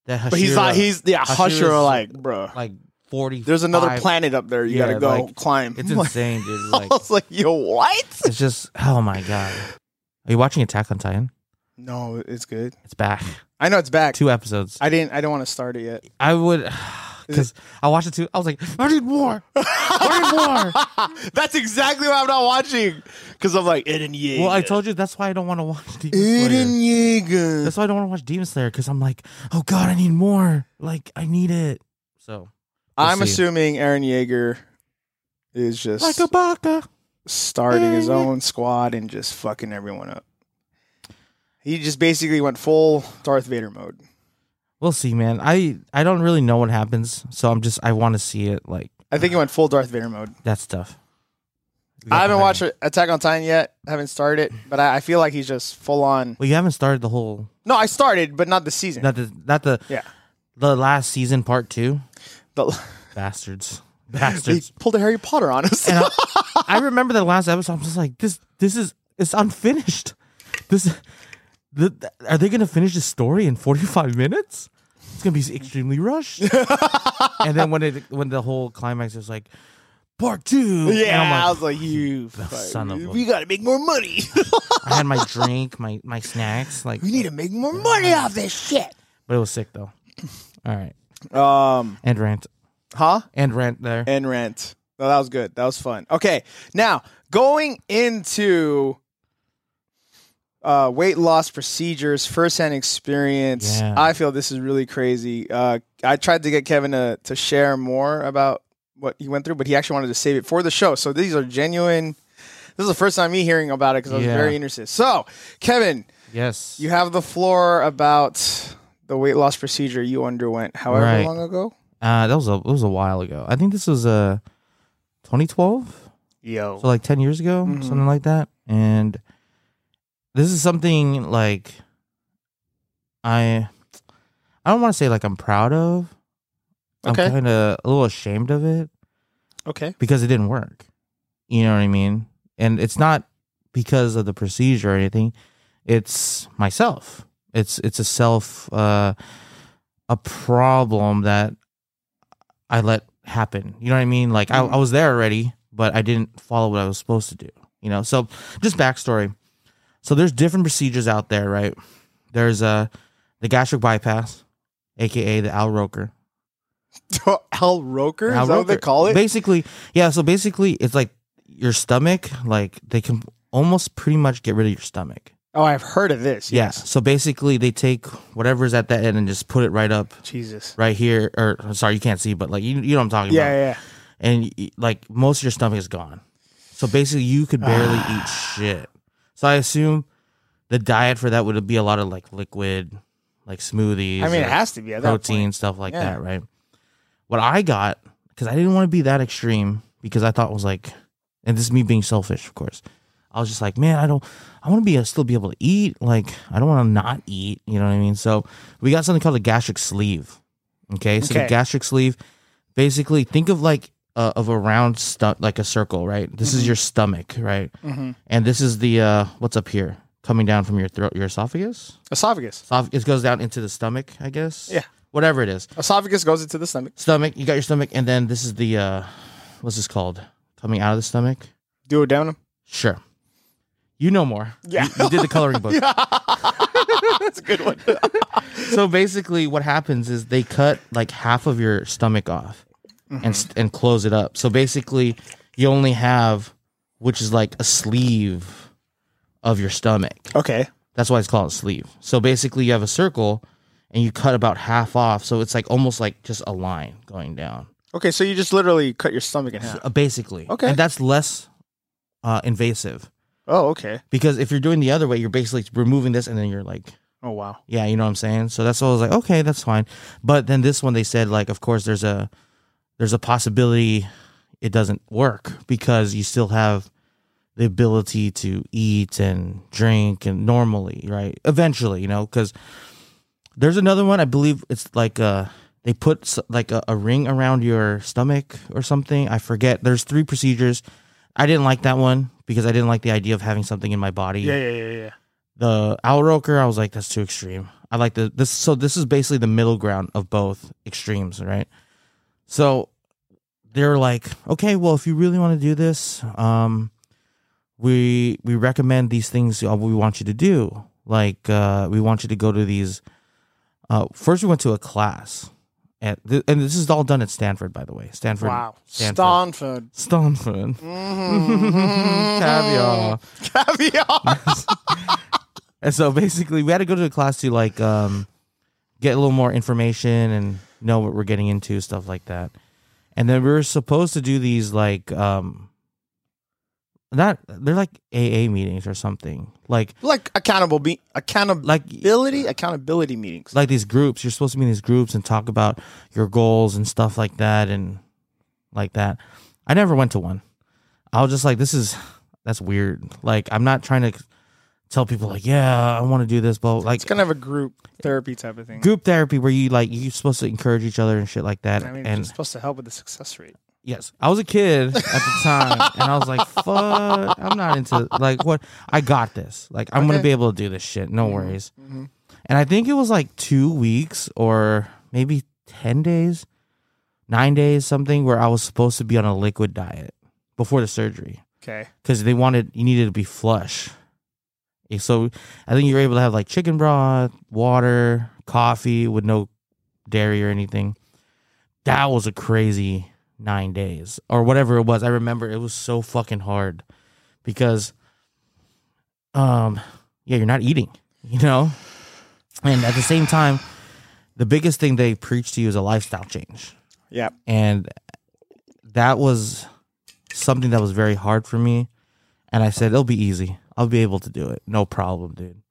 Speaker 2: that Hashira,
Speaker 1: but he's like he's yeah,
Speaker 2: Hashira's-
Speaker 1: Husher like, bruh.
Speaker 2: like forty.
Speaker 1: there's another
Speaker 2: five-
Speaker 1: planet up there you
Speaker 2: Yeah,
Speaker 1: gotta go
Speaker 2: like,
Speaker 1: climb.
Speaker 2: It's
Speaker 1: Like,
Speaker 2: insane, dude.
Speaker 1: I
Speaker 2: Like
Speaker 1: was like, yo, what?
Speaker 2: it's just, oh my god. Are you watching Attack on Titan?
Speaker 1: No, it's good.
Speaker 2: It's back.
Speaker 1: I know it's back.
Speaker 2: Two episodes.
Speaker 1: I didn't I don't want to start it yet.
Speaker 2: I would, because I watched it too. I was like, I need more. I need more.
Speaker 1: That's exactly why I'm not watching. Because I'm like, Eden Yeager.
Speaker 2: Well, I told you that's why I don't want to watch Demon Slayer.
Speaker 1: Eden Yeager.
Speaker 2: That's why I don't want to watch Demon Slayer because I'm like, oh god, I need more. Like I need it. So
Speaker 1: I'm
Speaker 2: see.
Speaker 1: assuming Aaron Yeager is just
Speaker 2: like a baka.
Speaker 1: starting his
Speaker 2: Aaron Ye-
Speaker 1: own squad and just fucking everyone up. He just basically went full Darth Vader mode.
Speaker 2: We'll see, man. I I don't really know what happens, so I'm just I want to see it. Like
Speaker 1: I think he went full Darth Vader mode.
Speaker 2: that's tough.
Speaker 1: I haven't watched Attack on Titan yet. haven't started it, but I, I feel like he's just full on.
Speaker 2: Well, you haven't started the whole
Speaker 1: No, I started, but not the season.
Speaker 2: not the not the
Speaker 1: Yeah.
Speaker 2: the last season part two
Speaker 1: The-
Speaker 2: bastards.
Speaker 1: They
Speaker 2: bastards.
Speaker 1: pulled a Harry Potter on us.
Speaker 2: and I, I remember the last episode. I'm just like, this, this is it's unfinished. This, the, are they gonna finish the story in 45 minutes? It's gonna be extremely rushed. and then when it when the whole climax is like part two, and
Speaker 1: yeah,
Speaker 2: I'm like,
Speaker 1: I was like, you
Speaker 2: son of a-
Speaker 1: We gotta make more money.
Speaker 2: I had my drink, my my snacks, like,
Speaker 1: we need to make more money off this shit.
Speaker 2: but it was sick though. All right,
Speaker 1: Um,
Speaker 2: and rant,
Speaker 1: huh?
Speaker 2: and rant there.
Speaker 1: And rent. No, that was good. That was fun. Okay, now going into uh, weight loss procedures, firsthand experience.
Speaker 2: Yeah.
Speaker 1: I feel this is really crazy. Uh, I tried to get Kevin to to share more about what he went through, but he actually wanted to save it for the show. So these are genuine. This is the first time me hearing about it because I was
Speaker 2: Yeah.
Speaker 1: very interested. So, Kevin,
Speaker 2: yes,
Speaker 1: You have the floor about the weight loss procedure you underwent however
Speaker 2: Right.
Speaker 1: long ago.
Speaker 2: uh, that was a it was a while ago. I think this was uh, 2012.
Speaker 1: Yo.
Speaker 2: so like 10 years ago
Speaker 1: Mhm.
Speaker 2: something like that and this is something like i i don't want to say like i'm proud of
Speaker 1: Okay.
Speaker 2: i'm kind of a little ashamed of it
Speaker 1: Okay.
Speaker 2: because it didn't work you know what i mean and it's not because of the procedure or anything it's myself it's it's a self uh a problem that i let happen you know what i mean like I, I was there already but i didn't follow what i was supposed to do you know so just backstory so there's different procedures out there right there's uh the gastric bypass aka the al roker
Speaker 1: Al Roker?
Speaker 2: Al
Speaker 1: is that what they
Speaker 2: Roker.
Speaker 1: call it?
Speaker 2: Basically, yeah. So basically, it's like your stomach. Like they can almost pretty much get rid of your stomach.
Speaker 1: oh, I've heard of this.
Speaker 2: Yeah.
Speaker 1: Yes.
Speaker 2: So basically, they take whatever's at that end and just put it right up,
Speaker 1: Jesus.
Speaker 2: right here. Or sorry, you can't see, but like you, you know what I'm talking
Speaker 1: Yeah,
Speaker 2: about.
Speaker 1: yeah.
Speaker 2: And y- like most of your stomach is gone. So basically, you could barely eat shit. So I assume the diet for that would be a lot of like liquid, like smoothies.
Speaker 1: yeah. I mean,
Speaker 2: or-
Speaker 1: it has to be at that
Speaker 2: protein
Speaker 1: point.
Speaker 2: stuff like
Speaker 1: Yeah.
Speaker 2: that, right? What I got because I didn't want to be that extreme because I thought it was like, and this is me being selfish, of course. I was just like, man, I don't, I want to be still be able to eat. Like, I don't want to not eat. You know what I mean? So we got something called a gastric sleeve. Okay, so
Speaker 1: Okay.
Speaker 2: the gastric sleeve, basically, think of like uh, of a round stuff, like a circle, right? This
Speaker 1: Mm-hmm.
Speaker 2: is your stomach, right?
Speaker 1: Mhm.
Speaker 2: And this is the uh, what's up here coming down from your throat, your esophagus.
Speaker 1: Esophagus.
Speaker 2: Esoph- it goes down into the stomach, I guess.
Speaker 1: Yeah.
Speaker 2: Whatever it is
Speaker 1: Esophagus goes into the stomach.
Speaker 2: stomach. You got your stomach, and then this is the uh, what's this called? Coming out of the stomach.
Speaker 1: Duodenum.
Speaker 2: Sure, you know more.
Speaker 1: Yeah.
Speaker 2: you, you did the coloring book.
Speaker 1: That's a good one.
Speaker 2: So basically, what happens is they cut like half of your stomach off
Speaker 1: Mm-hmm.
Speaker 2: and st- and close it up. So basically, you only have which is like a sleeve of your stomach.
Speaker 1: okay.
Speaker 2: That's why it's called a sleeve. So basically, you have a circle. And you cut about half off, so it's like almost like just a line going down.
Speaker 1: Okay, so you just literally cut your stomach in half.
Speaker 2: Uh, basically.
Speaker 1: Okay.
Speaker 2: And that's less uh, invasive
Speaker 1: Oh, okay.
Speaker 2: because if you're doing the other way, you're basically removing this and then you're like,
Speaker 1: Oh, wow.
Speaker 2: yeah, you know what I'm saying. So that's why I was like, okay, that's fine. But then this one they said like, of course, there's a there's a possibility it doesn't work because you still have the ability to eat and drink and normally, right? Eventually, you know, because there's another one. I believe it's like uh they put s- like a, a ring around your stomach or something. I forget. There's three procedures. I didn't like that one because I didn't like the idea of having something in my body
Speaker 1: Yeah, yeah, yeah, yeah.
Speaker 2: the Al Roker, I was like, that's too extreme. I like the this. So this is basically the middle ground of both extremes, right? So they're like, okay, well, if you really want to do this, um, we we recommend these things. uh, We want you to do like uh, we want you to go to these. Uh, first, we went to a class, at th- and this is all done at Stanford, by the way. Stanford,
Speaker 1: Wow.
Speaker 2: Stanford.
Speaker 1: Stanford.
Speaker 2: Stanford, caviar.
Speaker 1: Mm-hmm. Caviar.
Speaker 2: And so basically, we had to go to a class to like um, get a little more information and know what we're getting into, stuff like that. And then we were supposed to do these like um, not they're like AA meetings or something like
Speaker 1: like accountable be accountability
Speaker 2: like
Speaker 1: accountability meetings.
Speaker 2: like these groups. You're supposed to be in these groups and talk about your goals and stuff like that and like that. I never went to one. I was just like, this is that's weird. Like I'm not trying to tell people like, yeah, I want to do this, but like
Speaker 1: It's kind of a group therapy type of thing.
Speaker 2: group therapy where you like you're supposed to encourage each other and shit like that.
Speaker 1: I mean,
Speaker 2: and
Speaker 1: it's supposed to help with the success rate.
Speaker 2: Yes, I was a kid at the time, and I was like, "Fuck, I'm not into like what I got this. Like, I'm
Speaker 1: Okay.
Speaker 2: gonna
Speaker 1: Mm-hmm.
Speaker 2: be able to do this shit. No worries." And I think it was like two weeks or maybe ten days, nine days, something where I was supposed to be on a liquid diet before the surgery
Speaker 1: Okay.
Speaker 2: because they wanted you needed to be flush. Eh, So I think you were able to have like chicken broth, water, coffee with no dairy or anything. That was a crazy nine days or whatever it was. I remember it was so fucking hard because, um, yeah, you're not eating, you know, and at the same time, the biggest thing they preach to you is a lifestyle change
Speaker 1: Yeah.
Speaker 2: and that was something that was very hard for me. And I said, "It'll be easy. I'll be able to do it. No problem, dude."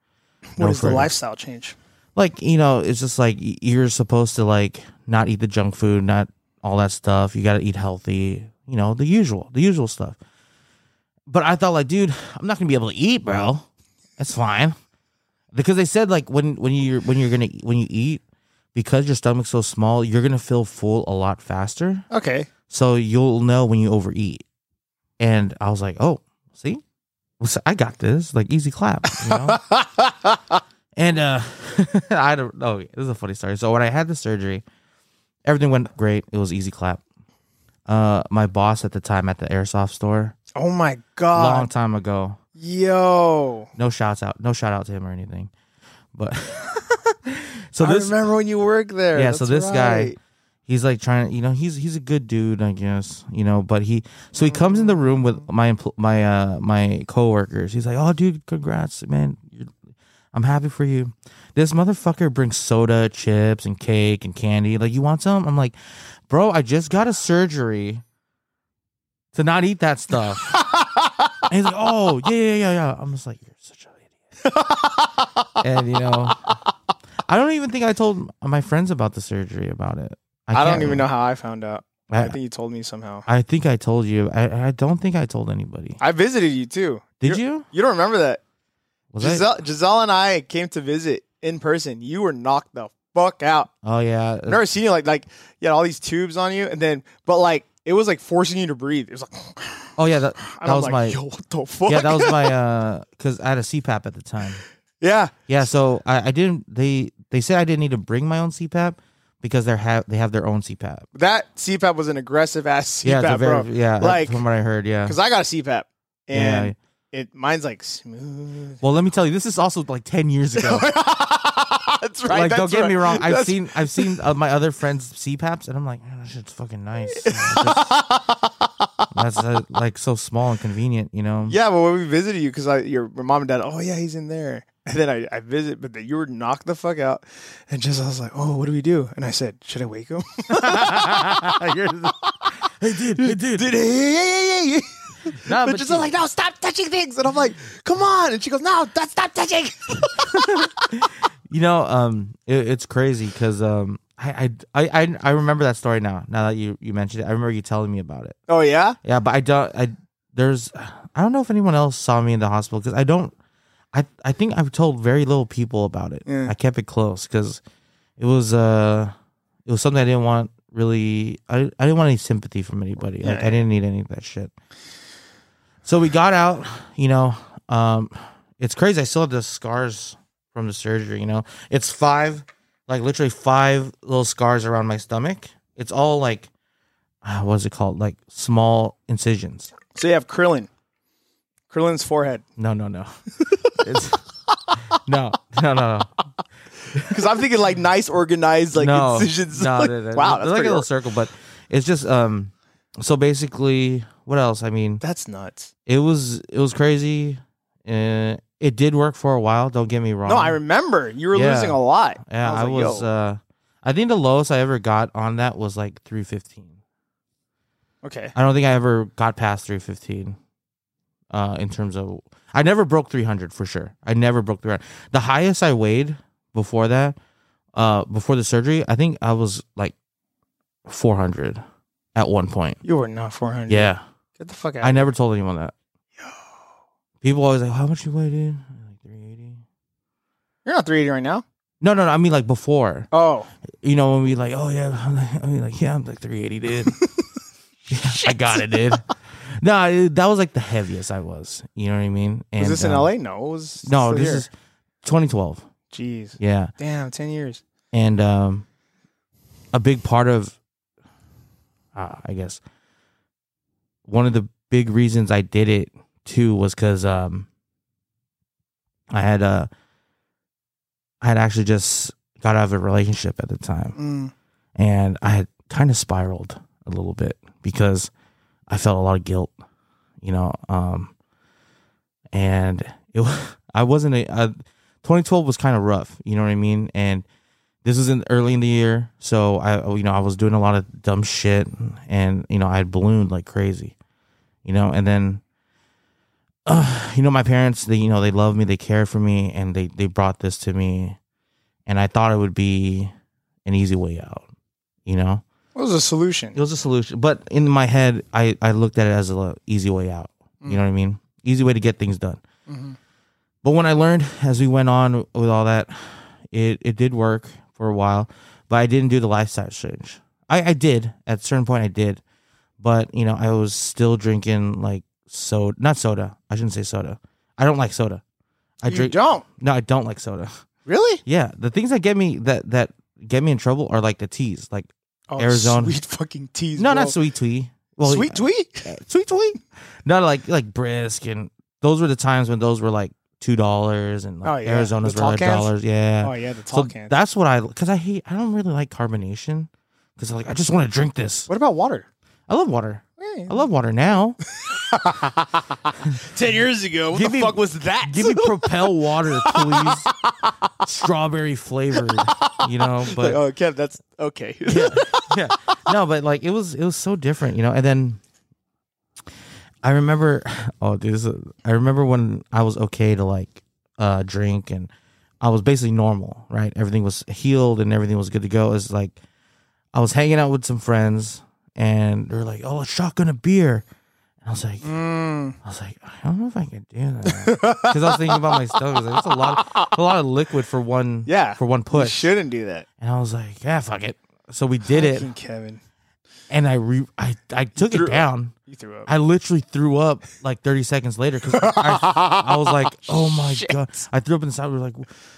Speaker 1: What
Speaker 2: No
Speaker 1: is the
Speaker 2: further.
Speaker 1: lifestyle change?
Speaker 2: Like you know, it's just like y- you're supposed to like not eat the junk food, not all that stuff. You got to eat healthy. You know, the usual, the usual stuff. But I thought, like, dude, I'm not gonna be able to eat, bro. That's fine, because they said like when when you're when you're gonna e, when you eat, because your stomach's so small, you're gonna feel full a lot faster
Speaker 1: Okay.
Speaker 2: so you'll know when you overeat. And I was like, oh, see, Well, so I got this, like easy clap, you know.
Speaker 1: Oh
Speaker 2: and uh, I don't know. This is a funny story. So when I had the surgery, everything went great. It was easy clap. Uh, my boss at the time at the airsoft store,
Speaker 1: Oh my
Speaker 2: a long
Speaker 1: god.
Speaker 2: time ago.
Speaker 1: Yo.
Speaker 2: No shouts out, no shout out to him or anything, but so
Speaker 1: I
Speaker 2: this
Speaker 1: remember when you worked there.
Speaker 2: Yeah, so
Speaker 1: That's
Speaker 2: this guy-
Speaker 1: right.
Speaker 2: he's like trying to you know he's he's a good dude i guess you know but he so he comes in the room with my empl- my uh my coworkers he's like oh dude congrats man You're, i'm happy for you this motherfucker brings soda chips and cake and candy like you want some i'm like bro i just got a surgery to not eat that stuff and he's like oh yeah yeah yeah yeah i'm just like you're such an idiot and you know i don't even think i told my friends about the surgery about it
Speaker 1: I, don't
Speaker 2: can't
Speaker 1: even know how I found out. I,
Speaker 2: I-
Speaker 1: think you told me somehow.
Speaker 2: I think I told you. I, I don't think I told anybody.
Speaker 1: I visited you too.
Speaker 2: Did
Speaker 1: You're-
Speaker 2: you?
Speaker 1: You don't remember that?
Speaker 2: Was I-
Speaker 1: Giselle, Giselle and I came to visit in person. You were knocked the fuck out.
Speaker 2: Oh yeah.
Speaker 1: I've never seen you like like you had all these tubes on you, and then but like it was like forcing you to breathe. It was like
Speaker 2: Oh yeah. That,
Speaker 1: and
Speaker 2: that
Speaker 1: I'm
Speaker 2: was
Speaker 1: like,
Speaker 2: my.
Speaker 1: yo, what the fuck?
Speaker 2: Yeah, that was my. Uh, because I had a CPAP at the time.
Speaker 1: yeah.
Speaker 2: Yeah, so I, I didn't. They they said I didn't need to bring my own CPAP because they have they have their own CPAP.
Speaker 1: That CPAP was an aggressive ass CPAP,
Speaker 2: yeah, it's a very-
Speaker 1: bro.
Speaker 2: yeah.
Speaker 1: Like-
Speaker 2: from what I heard, yeah.
Speaker 1: Because I got a CPAP,
Speaker 2: Yeah.
Speaker 1: and it mine's like smooth.
Speaker 2: Well, let me tell you, this is also like ten years ago.
Speaker 1: that's right.
Speaker 2: like, don't
Speaker 1: that's
Speaker 2: get me
Speaker 1: right.
Speaker 2: wrong.
Speaker 1: That's-
Speaker 2: I've seen I've seen uh, my other friends' CPAPs, and I'm like, man, that shit's fucking nice. It's just- that's uh, like so small and convenient, you know.
Speaker 1: Yeah, but when we visited you, because your your mom and dad, oh yeah, he's in there. And then I, I visit, but then you were knocked the fuck out. And just I was like, oh, what do we do? And I said, should I wake him?
Speaker 2: hey, dude, hey, dude.
Speaker 1: Did hey, yeah, yeah, yeah.
Speaker 2: Nah,
Speaker 1: But
Speaker 2: but
Speaker 1: she's
Speaker 2: you-
Speaker 1: like, no, stop touching things. And I'm like, come on. And she goes, no, don't stop touching.
Speaker 2: You know, um, it, it's crazy because um, I, I, I- I, I remember that story now. Now that you, you mentioned it, I remember you telling me about it.
Speaker 1: oh yeah,
Speaker 2: Yeah, but I don't. I there's, I don't know if anyone else saw me in the hospital because I don't. I, I think I've told very little people about it.
Speaker 1: Yeah.
Speaker 2: I kept it close because it was uh it was something I didn't want really. I I didn't want any sympathy from anybody. Like I didn't need any of that shit. So we got out. You know, um, it's crazy. I still have the scars from the surgery. You know, it's five, like literally five little scars around my stomach. It's all like, uh, what is it called? Like small incisions.
Speaker 1: So you have Krillin, Krillin's forehead.
Speaker 2: No, no, no. It's, no, no, no, no.
Speaker 1: Because I'm thinking like nice, organized, like
Speaker 2: no,
Speaker 1: incisions.
Speaker 2: No,
Speaker 1: Like,
Speaker 2: no, no.
Speaker 1: wow,
Speaker 2: They're
Speaker 1: that's
Speaker 2: like a
Speaker 1: pretty
Speaker 2: little
Speaker 1: cool.
Speaker 2: circle, but it's just um. So basically, what else? I mean,
Speaker 1: That's nuts.
Speaker 2: it was it was crazy. Uh, it did work for a while. Don't get me wrong.
Speaker 1: No, I remember you were
Speaker 2: Yeah.
Speaker 1: losing a lot.
Speaker 2: Yeah, I
Speaker 1: I
Speaker 2: was.
Speaker 1: was like, yo.
Speaker 2: uh, I think the lowest I ever got on that was like three fifteen.
Speaker 1: Okay,
Speaker 2: I don't think I ever got past three fifteen. Uh, in terms of, I never broke three hundred for sure. I never broke three hundred. The highest I weighed before that, uh, before the surgery, I think I was like four hundred at one point.
Speaker 1: you were not 400.
Speaker 2: Yeah,
Speaker 1: get the fuck out.
Speaker 2: I never told anyone that. People always like, how much you weighed in? Like three eighty.
Speaker 1: You're not 380 right now.
Speaker 2: No, no, no. I mean like before.
Speaker 1: Oh,
Speaker 2: you know, when we like, oh yeah, I'm like, I'm like yeah, I'm like 380, dude. I got it, dude. no, I- that was like the heaviest I was. You know what I mean? And,
Speaker 1: Is this in
Speaker 2: um,
Speaker 1: LA? uh, No, it was
Speaker 2: No,
Speaker 1: still
Speaker 2: this
Speaker 1: here.
Speaker 2: is 2012.
Speaker 1: Jeez.
Speaker 2: Yeah.
Speaker 1: Damn, 10 years.
Speaker 2: and um, a big part of, uh, I guess, one of the big reasons I did it too was because um, I had uh, I had actually just got out of a relationship at the time,
Speaker 1: Mm.
Speaker 2: and I had kind of spiraled a little bit because I felt a lot of guilt, you know. Um, and it wa- I wasn't a, a 2012 was kind of rough, you know what I mean. And this was in early in the year, so I you know I was doing a lot of dumb shit, and you know I had ballooned like crazy, you know. And then, uh, you know, my parents they you know they love me, they care for me, and they they brought this to me, and I thought it would be an easy way out, you know.
Speaker 1: What was the solution?
Speaker 2: It was a solution, but in my head, I I looked at it as a easy way out. You know what I mean? Easy way to get things done.
Speaker 1: Mhm.
Speaker 2: But when I learned as we went on with all that, it it did work for a while, but I didn't do the lifestyle change. I I did at a certain point. I did, but you know I was still drinking like soda, not soda. I shouldn't say soda. I don't like soda. I
Speaker 1: you
Speaker 2: drink
Speaker 1: don't.
Speaker 2: no. I don't like soda.
Speaker 1: Really?
Speaker 2: Yeah, the things that get me that that get me in trouble are like the teas, like
Speaker 1: Oh,
Speaker 2: Arizona.
Speaker 1: Sweet fucking teas.
Speaker 2: no,
Speaker 1: bro.
Speaker 2: not sweet tea. Well,
Speaker 1: sweet tweet?
Speaker 2: sweet tweet. No, like like brisk and those were the times when those were like two dollars and like
Speaker 1: Oh, yeah.
Speaker 2: Arizona's
Speaker 1: The
Speaker 2: were
Speaker 1: tall
Speaker 2: like
Speaker 1: cans?
Speaker 2: dollars. Yeah.
Speaker 1: Oh, yeah, the
Speaker 2: so
Speaker 1: tall cans.
Speaker 2: that's what I because I hate I don't really like carbonation because like I just want to drink this.
Speaker 1: what about water?
Speaker 2: I love water.
Speaker 1: Hey.
Speaker 2: I love water now.
Speaker 1: 10 years ago. What
Speaker 2: Give me-
Speaker 1: was that?
Speaker 2: Give me Propel water, please. Strawberry flavored, you know. But
Speaker 1: oh, Kev, that's okay.
Speaker 2: yeah. No, but like it was it was so different, you know. And then I remember oh dude, this is, I remember when I was okay to like uh drink and I was basically normal, right? Everything was healed and everything was good to go. It's like I was hanging out with some friends and they're like, "Oh, let's shotgun a beer." And I was like,
Speaker 1: Mm.
Speaker 2: I was like, I don't know if I can do that because I was thinking about my stomach. I was like, that's a lot, a lot of liquid for one,
Speaker 1: Yeah.
Speaker 2: for one
Speaker 1: You
Speaker 2: push.
Speaker 1: shouldn't do that.
Speaker 2: And I was like, yeah, fuck it. So we did it
Speaker 1: Fucking Kevin.
Speaker 2: and I re I, I took
Speaker 1: Threw
Speaker 2: it
Speaker 1: up.
Speaker 2: down.
Speaker 1: You threw up.
Speaker 2: I literally threw up like 30 seconds later because I, I was like, oh my god, I threw up inside. We were like,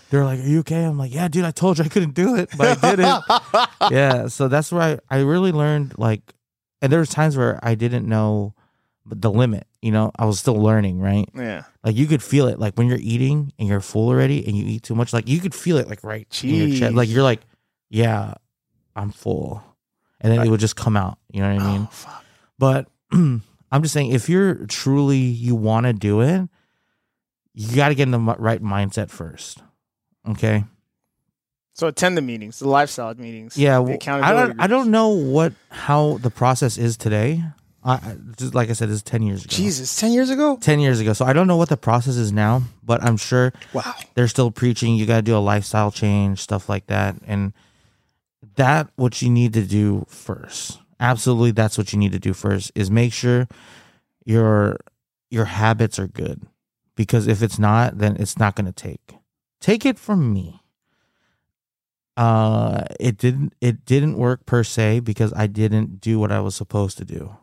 Speaker 2: they're like, are you okay? I'm like, yeah, dude, I told you I couldn't do it, but I did it. yeah, so that's where I, I really learned like, and there was times where I didn't know the limit. You know, I was still learning, right?
Speaker 1: yeah.
Speaker 2: Like you could feel it, like when you're eating and you're full already, and you eat too much. Like you could feel it, like right in your chest.
Speaker 1: Jeez.
Speaker 2: Like you're like, yeah, I'm full, and then it would just come out. You know what I mean?
Speaker 1: oh, fuck.
Speaker 2: But I'm just saying, if you're truly you want to do it, you got to get in the mi- right mindset first. Okay.
Speaker 1: So attend the meetings, the lifestyle meetings.
Speaker 2: Yeah.
Speaker 1: the
Speaker 2: well, I
Speaker 1: accountability
Speaker 2: don't. I
Speaker 1: groups.
Speaker 2: don't know what how the process is today. I, I just like I said, it's ten years ago.
Speaker 1: Jesus, 10 years ago?
Speaker 2: Ten years ago. So I don't know what the process is now, but I'm sure
Speaker 1: Wow.
Speaker 2: they're still preaching you got to do a lifestyle change stuff like that and that what you need to do first absolutely that's what you need to do first is make sure your your habits are good because if it's not then it's not going to take take it from me uh it didn't it didn't work per se because i didn't do what i was supposed to do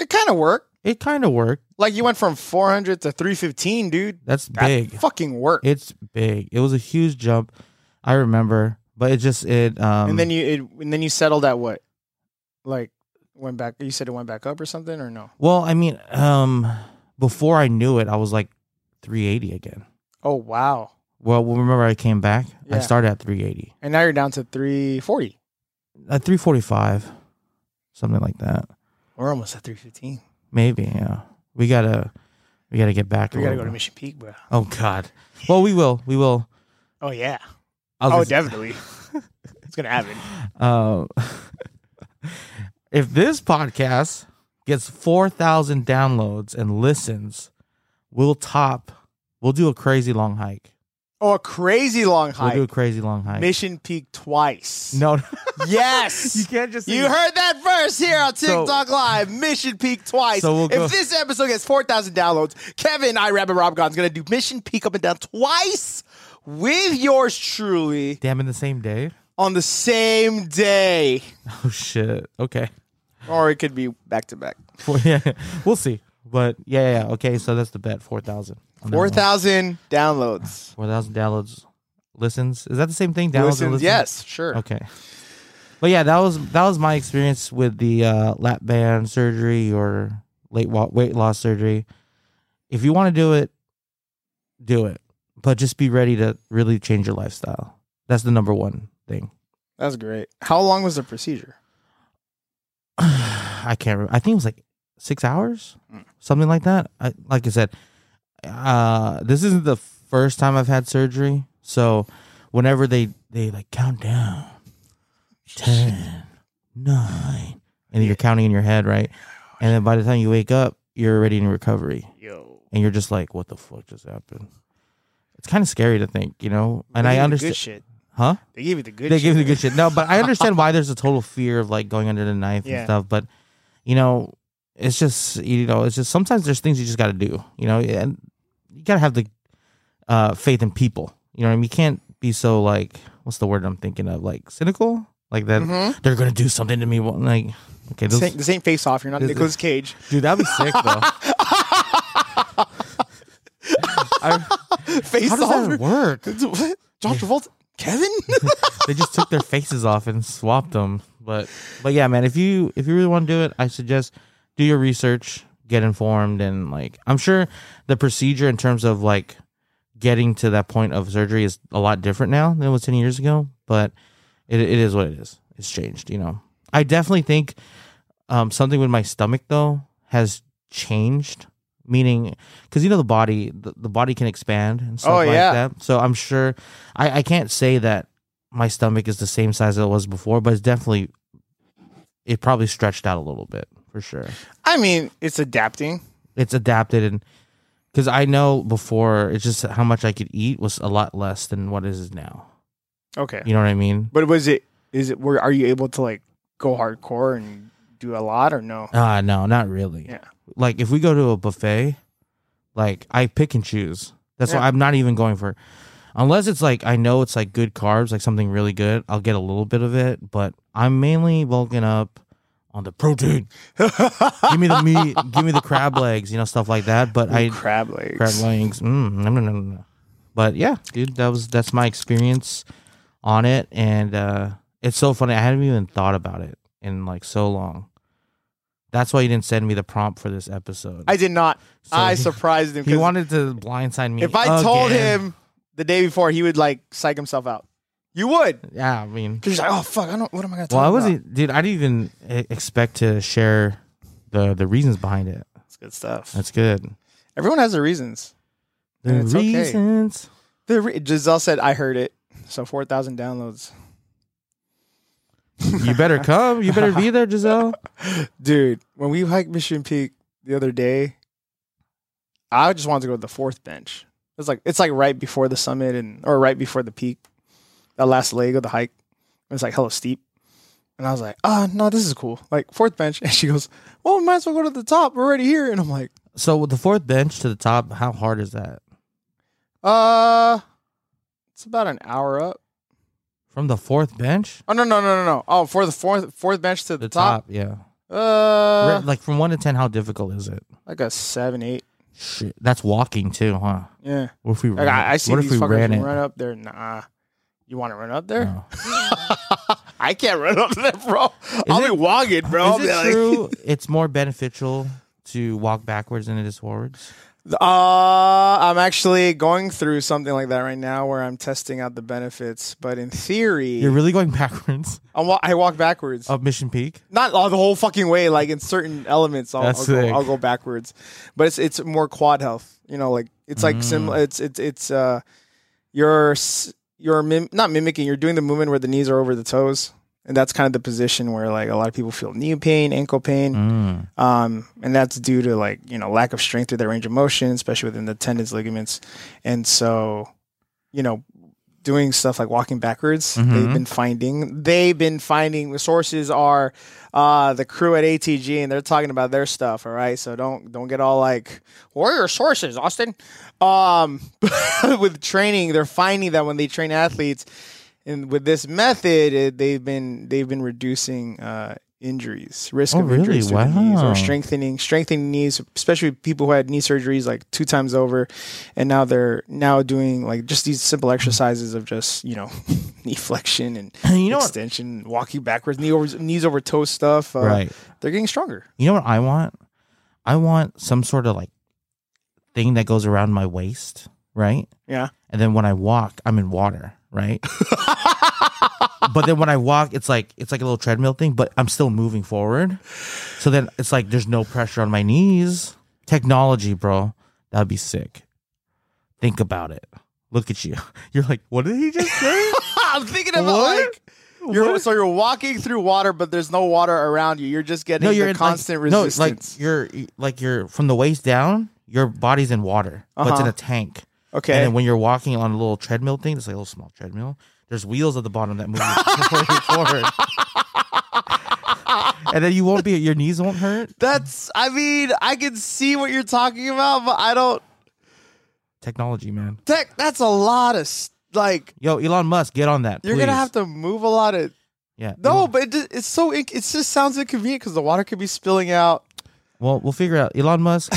Speaker 1: It kind of worked.
Speaker 2: it kind of worked
Speaker 1: Like you went from 400 to 315, dude.
Speaker 2: that's
Speaker 1: That
Speaker 2: big
Speaker 1: fucking work.
Speaker 2: It's big. It was a huge jump. I remember, but it just it. Um,
Speaker 1: and then you it, and then you settled at what? Like went back you said it went back up or something or no?
Speaker 2: well, I mean, um, before I knew it, I was like 380 again.
Speaker 1: Oh wow.
Speaker 2: Well, remember I came back. I
Speaker 1: Yeah.
Speaker 2: started at 380,
Speaker 1: And now you're down to 340.
Speaker 2: at 345, something like that.
Speaker 1: We're almost at 315.
Speaker 2: Maybe yeah. We gotta we gotta get back. a
Speaker 1: We got to go to
Speaker 2: little bit.
Speaker 1: Mission Peak, bro.
Speaker 2: Oh God. Well, we will. We will.
Speaker 1: Oh yeah.
Speaker 2: I was
Speaker 1: Oh,
Speaker 2: gonna say-
Speaker 1: definitely. it's going to happen.
Speaker 2: Uh, if this podcast gets 4,000 downloads and listens, we'll top, we'll do a crazy long hike.
Speaker 1: Oh, a crazy long
Speaker 2: We'll do a
Speaker 1: hike.
Speaker 2: crazy long hike.
Speaker 1: Mission Peak twice.
Speaker 2: no, you
Speaker 1: Yes.
Speaker 2: can't just.
Speaker 1: You heard that first here on
Speaker 2: So-
Speaker 1: TikTok Live. Mission Peak twice.
Speaker 2: So we'll go-
Speaker 1: if this episode gets 4,000 downloads, Kevin, I, Rabbit Rob God's going to do Mission Peak up and down twice with yours truly
Speaker 2: Damn, in the same day?
Speaker 1: on the same day.
Speaker 2: Oh, shit. Okay.
Speaker 1: or it could be back to back.
Speaker 2: Four- yeah, we'll see. But yeah, yeah, yeah, okay. So that's the bet four thousand. on that one.
Speaker 1: Four thousand downloads.
Speaker 2: 4,000 downloads, listens. Is that the same thing? Downloads
Speaker 1: Listens,
Speaker 2: and listens?
Speaker 1: yes, sure.
Speaker 2: Okay. But yeah, that was that was my experience with the uh, lap band surgery or late wa- weight loss surgery. If you want to do it, do it, but just be ready to really change your lifestyle. That's the number one thing.
Speaker 1: That's great. How long was the procedure?
Speaker 2: I can't remember. I think it was like six hours, something like that. I, like I said, uh, this isn't the first time I've had surgery. So whenever they, they like count down 10, 9, and you're counting in your head, right? And then by the time you wake up, you're already in recovery
Speaker 1: Yo.
Speaker 2: and you're just like, what the fuck just happened? It's kind of scary to think, you know? And I
Speaker 1: Good
Speaker 2: understand.
Speaker 1: shit.
Speaker 2: Huh?
Speaker 1: They gave you the good.
Speaker 2: they
Speaker 1: shit.
Speaker 2: give you the good shit. No, but I understand why there's a total fear of like going under the knife
Speaker 1: Yeah.
Speaker 2: and stuff. But you know, it's just you know, it's just sometimes there's things you just got to do. You know, and you gotta have the uh, faith in people. You know, what I mean, you can't be so like what's the word I'm thinking of? Like cynical, like that
Speaker 1: Mhm.
Speaker 2: they're gonna do something to me. Well, Like, okay,
Speaker 1: This
Speaker 2: those,
Speaker 1: ain't, this ain't face off. You're not
Speaker 2: This-
Speaker 1: Nicolas Cage.
Speaker 2: dude, that'd be sick though. I,
Speaker 1: Face
Speaker 2: how does that
Speaker 1: off.
Speaker 2: work?
Speaker 1: What? John Travolta. Kevin.
Speaker 2: they just took their faces off and swapped them. But but yeah, man, if you if you really want to do it, I suggest do your research, get informed, and like I'm sure the procedure in terms of like getting to that point of surgery is a lot different now than it was ten years ago. But it it is what it is. It's changed, you know. I definitely think um, something with my stomach though has changed. Meaning, because you know the body, the, the body can expand and stuff
Speaker 1: Oh,
Speaker 2: like
Speaker 1: yeah.
Speaker 2: that. So I'm sure I, I can't say that my stomach is the same size that it was before, but it's definitely it probably stretched out a little bit for sure.
Speaker 1: I mean, it's adapting.
Speaker 2: It's adapted and because I know before it's just how much I could eat was a lot less than what it is now.
Speaker 1: Okay.
Speaker 2: You know what I mean?
Speaker 1: But was it? Is it? Were are you able to like go hardcore and do a lot or no?
Speaker 2: Ah, no, not really.
Speaker 1: Yeah.
Speaker 2: Like if we go to a buffet, like I pick and choose. That's
Speaker 1: Yeah.
Speaker 2: why I'm not even going for unless it's like I know it's like good carbs, like something really good, I'll get a little bit of it, but I'm mainly bulking up on the protein. give me the meat, give me the crab legs, you know, stuff like that. But I
Speaker 1: crab legs.
Speaker 2: crab legs. Mm, no, no, no, no, no. But yeah, dude, that was that's my experience on it, and uh, it's so funny. I hadn't even thought about it in like so long. That's why you didn't send me the prompt for this episode.
Speaker 1: I did not.
Speaker 2: So
Speaker 1: I
Speaker 2: he-
Speaker 1: surprised him.
Speaker 2: he
Speaker 1: 'cause
Speaker 2: wanted to blindside me.
Speaker 1: if I told
Speaker 2: again.
Speaker 1: him the day before, he would like psych himself out. You would.
Speaker 2: yeah, I mean,
Speaker 1: Because he's like, oh fuck, I don't. What am I gonna talk
Speaker 2: well, I
Speaker 1: about?
Speaker 2: wasn't, dude. I didn't even e- expect to share the the reasons behind it.
Speaker 1: It's good stuff.
Speaker 2: That's good.
Speaker 1: Everyone has their reasons.
Speaker 2: The
Speaker 1: And it's okay.
Speaker 2: reasons.
Speaker 1: The re- Giselle said, "I heard it." So four thousand downloads,
Speaker 2: You better come. You better be there, Giselle.
Speaker 1: dude. When we hiked Mission Peak the other day, I just wanted to go to the fourth bench. It's like it's like right before the summit and or right before the peak, that last leg of the hike. It's like hella steep, and I was like, "Ah, no, this is cool." Like fourth bench, and she goes, "Well, we might as well go to the top. We're already here." And I'm like,
Speaker 2: So with the fourth bench to the top, how hard is that?
Speaker 1: "Uh, it's about an hour up."
Speaker 2: From the fourth bench?
Speaker 1: Oh no no no no no! Oh, for the fourth fourth bench to the,
Speaker 2: The
Speaker 1: top.
Speaker 2: top, yeah.
Speaker 1: Uh,
Speaker 2: Re- like from one to ten, how difficult is it?
Speaker 1: like a seven eight.
Speaker 2: Shit, that's walking too, huh?
Speaker 1: Yeah.
Speaker 2: What if we?
Speaker 1: Like,
Speaker 2: ran
Speaker 1: I,
Speaker 2: it?
Speaker 1: I see
Speaker 2: what
Speaker 1: these
Speaker 2: if we
Speaker 1: fuckers
Speaker 2: ran it? Oh.
Speaker 1: run up there. Nah. You want to run up there?
Speaker 2: No.
Speaker 1: I can't run up there, bro. I'll
Speaker 2: it-
Speaker 1: be walking, bro. I'll
Speaker 2: Is
Speaker 1: be
Speaker 2: it
Speaker 1: like-
Speaker 2: true? it's more beneficial to walk backwards than it is forwards.
Speaker 1: Uh, I'm actually going through something like that right now where I'm testing out the benefits. But in
Speaker 2: You're
Speaker 1: theory,
Speaker 2: really going backwards
Speaker 1: I'm wa- I walk backwards.
Speaker 2: up Mission Peak.
Speaker 1: Not all the whole fucking way. Like in certain elements, I'll,
Speaker 2: That's
Speaker 1: I'll, go,
Speaker 2: sick.
Speaker 1: I'll go backwards. But it's it's more quad health. You know, like it's like sim.
Speaker 2: Mm.
Speaker 1: It's it's it's uh, you're s- you're mim- not mimicking. You're doing the movement where the knees are over the toes, and that's kind of the position where like a lot of people feel knee pain, ankle pain.
Speaker 2: Mm.
Speaker 1: Um, and that's due to like, you know, lack of strength through their range of motion, especially within the tendons, ligaments. And so, you know, doing stuff like walking backwards,
Speaker 2: Mhm.
Speaker 1: they've been finding, they've been finding the sources are, uh, the crew at ATG and they're talking about their stuff. All right. So don't, don't get all like, what are your sources, Austin? Um, with training, they're finding that when they train athletes, and with this method, it, they've been they've been reducing uh, injuries, risk
Speaker 2: Oh,
Speaker 1: of
Speaker 2: really?
Speaker 1: injuries to the knees
Speaker 2: Wow.
Speaker 1: or strengthening strengthening knees, especially people who had knee surgeries like two times over, and now they're now doing like just these simple exercises of just you know knee flexion and
Speaker 2: And you know what?
Speaker 1: extension, walking backwards, knee over knees over toe stuff. Uh,
Speaker 2: Right.
Speaker 1: they're getting stronger.
Speaker 2: You know what I want? I want some sort of like thing that goes around my waist, right?
Speaker 1: Yeah.
Speaker 2: And then when I walk, I'm in water, right? but then when I walk, it's like it's like a little treadmill thing, but I'm still moving forward. So then it's like there's no pressure on my knees. Technology, bro. That'd be sick. Think about it. Look at you. You're like, what did he just say?
Speaker 1: I'm thinking about
Speaker 2: What?
Speaker 1: like. You're,
Speaker 2: What?
Speaker 1: so you're walking through water, but there's no water around you. You're just getting
Speaker 2: no, you're
Speaker 1: the
Speaker 2: in
Speaker 1: constant
Speaker 2: like,
Speaker 1: resistance.
Speaker 2: No, like you're like you're from the waist down, your body's in water, but it's in
Speaker 1: Uh-huh.
Speaker 2: a tank.
Speaker 1: okay.
Speaker 2: And then when you're walking on a little treadmill thing, it's like a little small treadmill. There's wheels at the bottom that move you forward. and then you won't be your knees won't hurt.
Speaker 1: That's. I mean, I can see what you're talking about, but I don't.
Speaker 2: Technology, man.
Speaker 1: Tech. That's a lot of s- like.
Speaker 2: Yo, Elon Musk, get on that.
Speaker 1: You're gonna
Speaker 2: please.
Speaker 1: have to move a lot of.
Speaker 2: Yeah.
Speaker 1: No,
Speaker 2: Elon-
Speaker 1: but it, ju- it's so. It, it just sounds inconvenient because the water could be spilling out.
Speaker 2: Well, we'll figure it out. Elon Musk,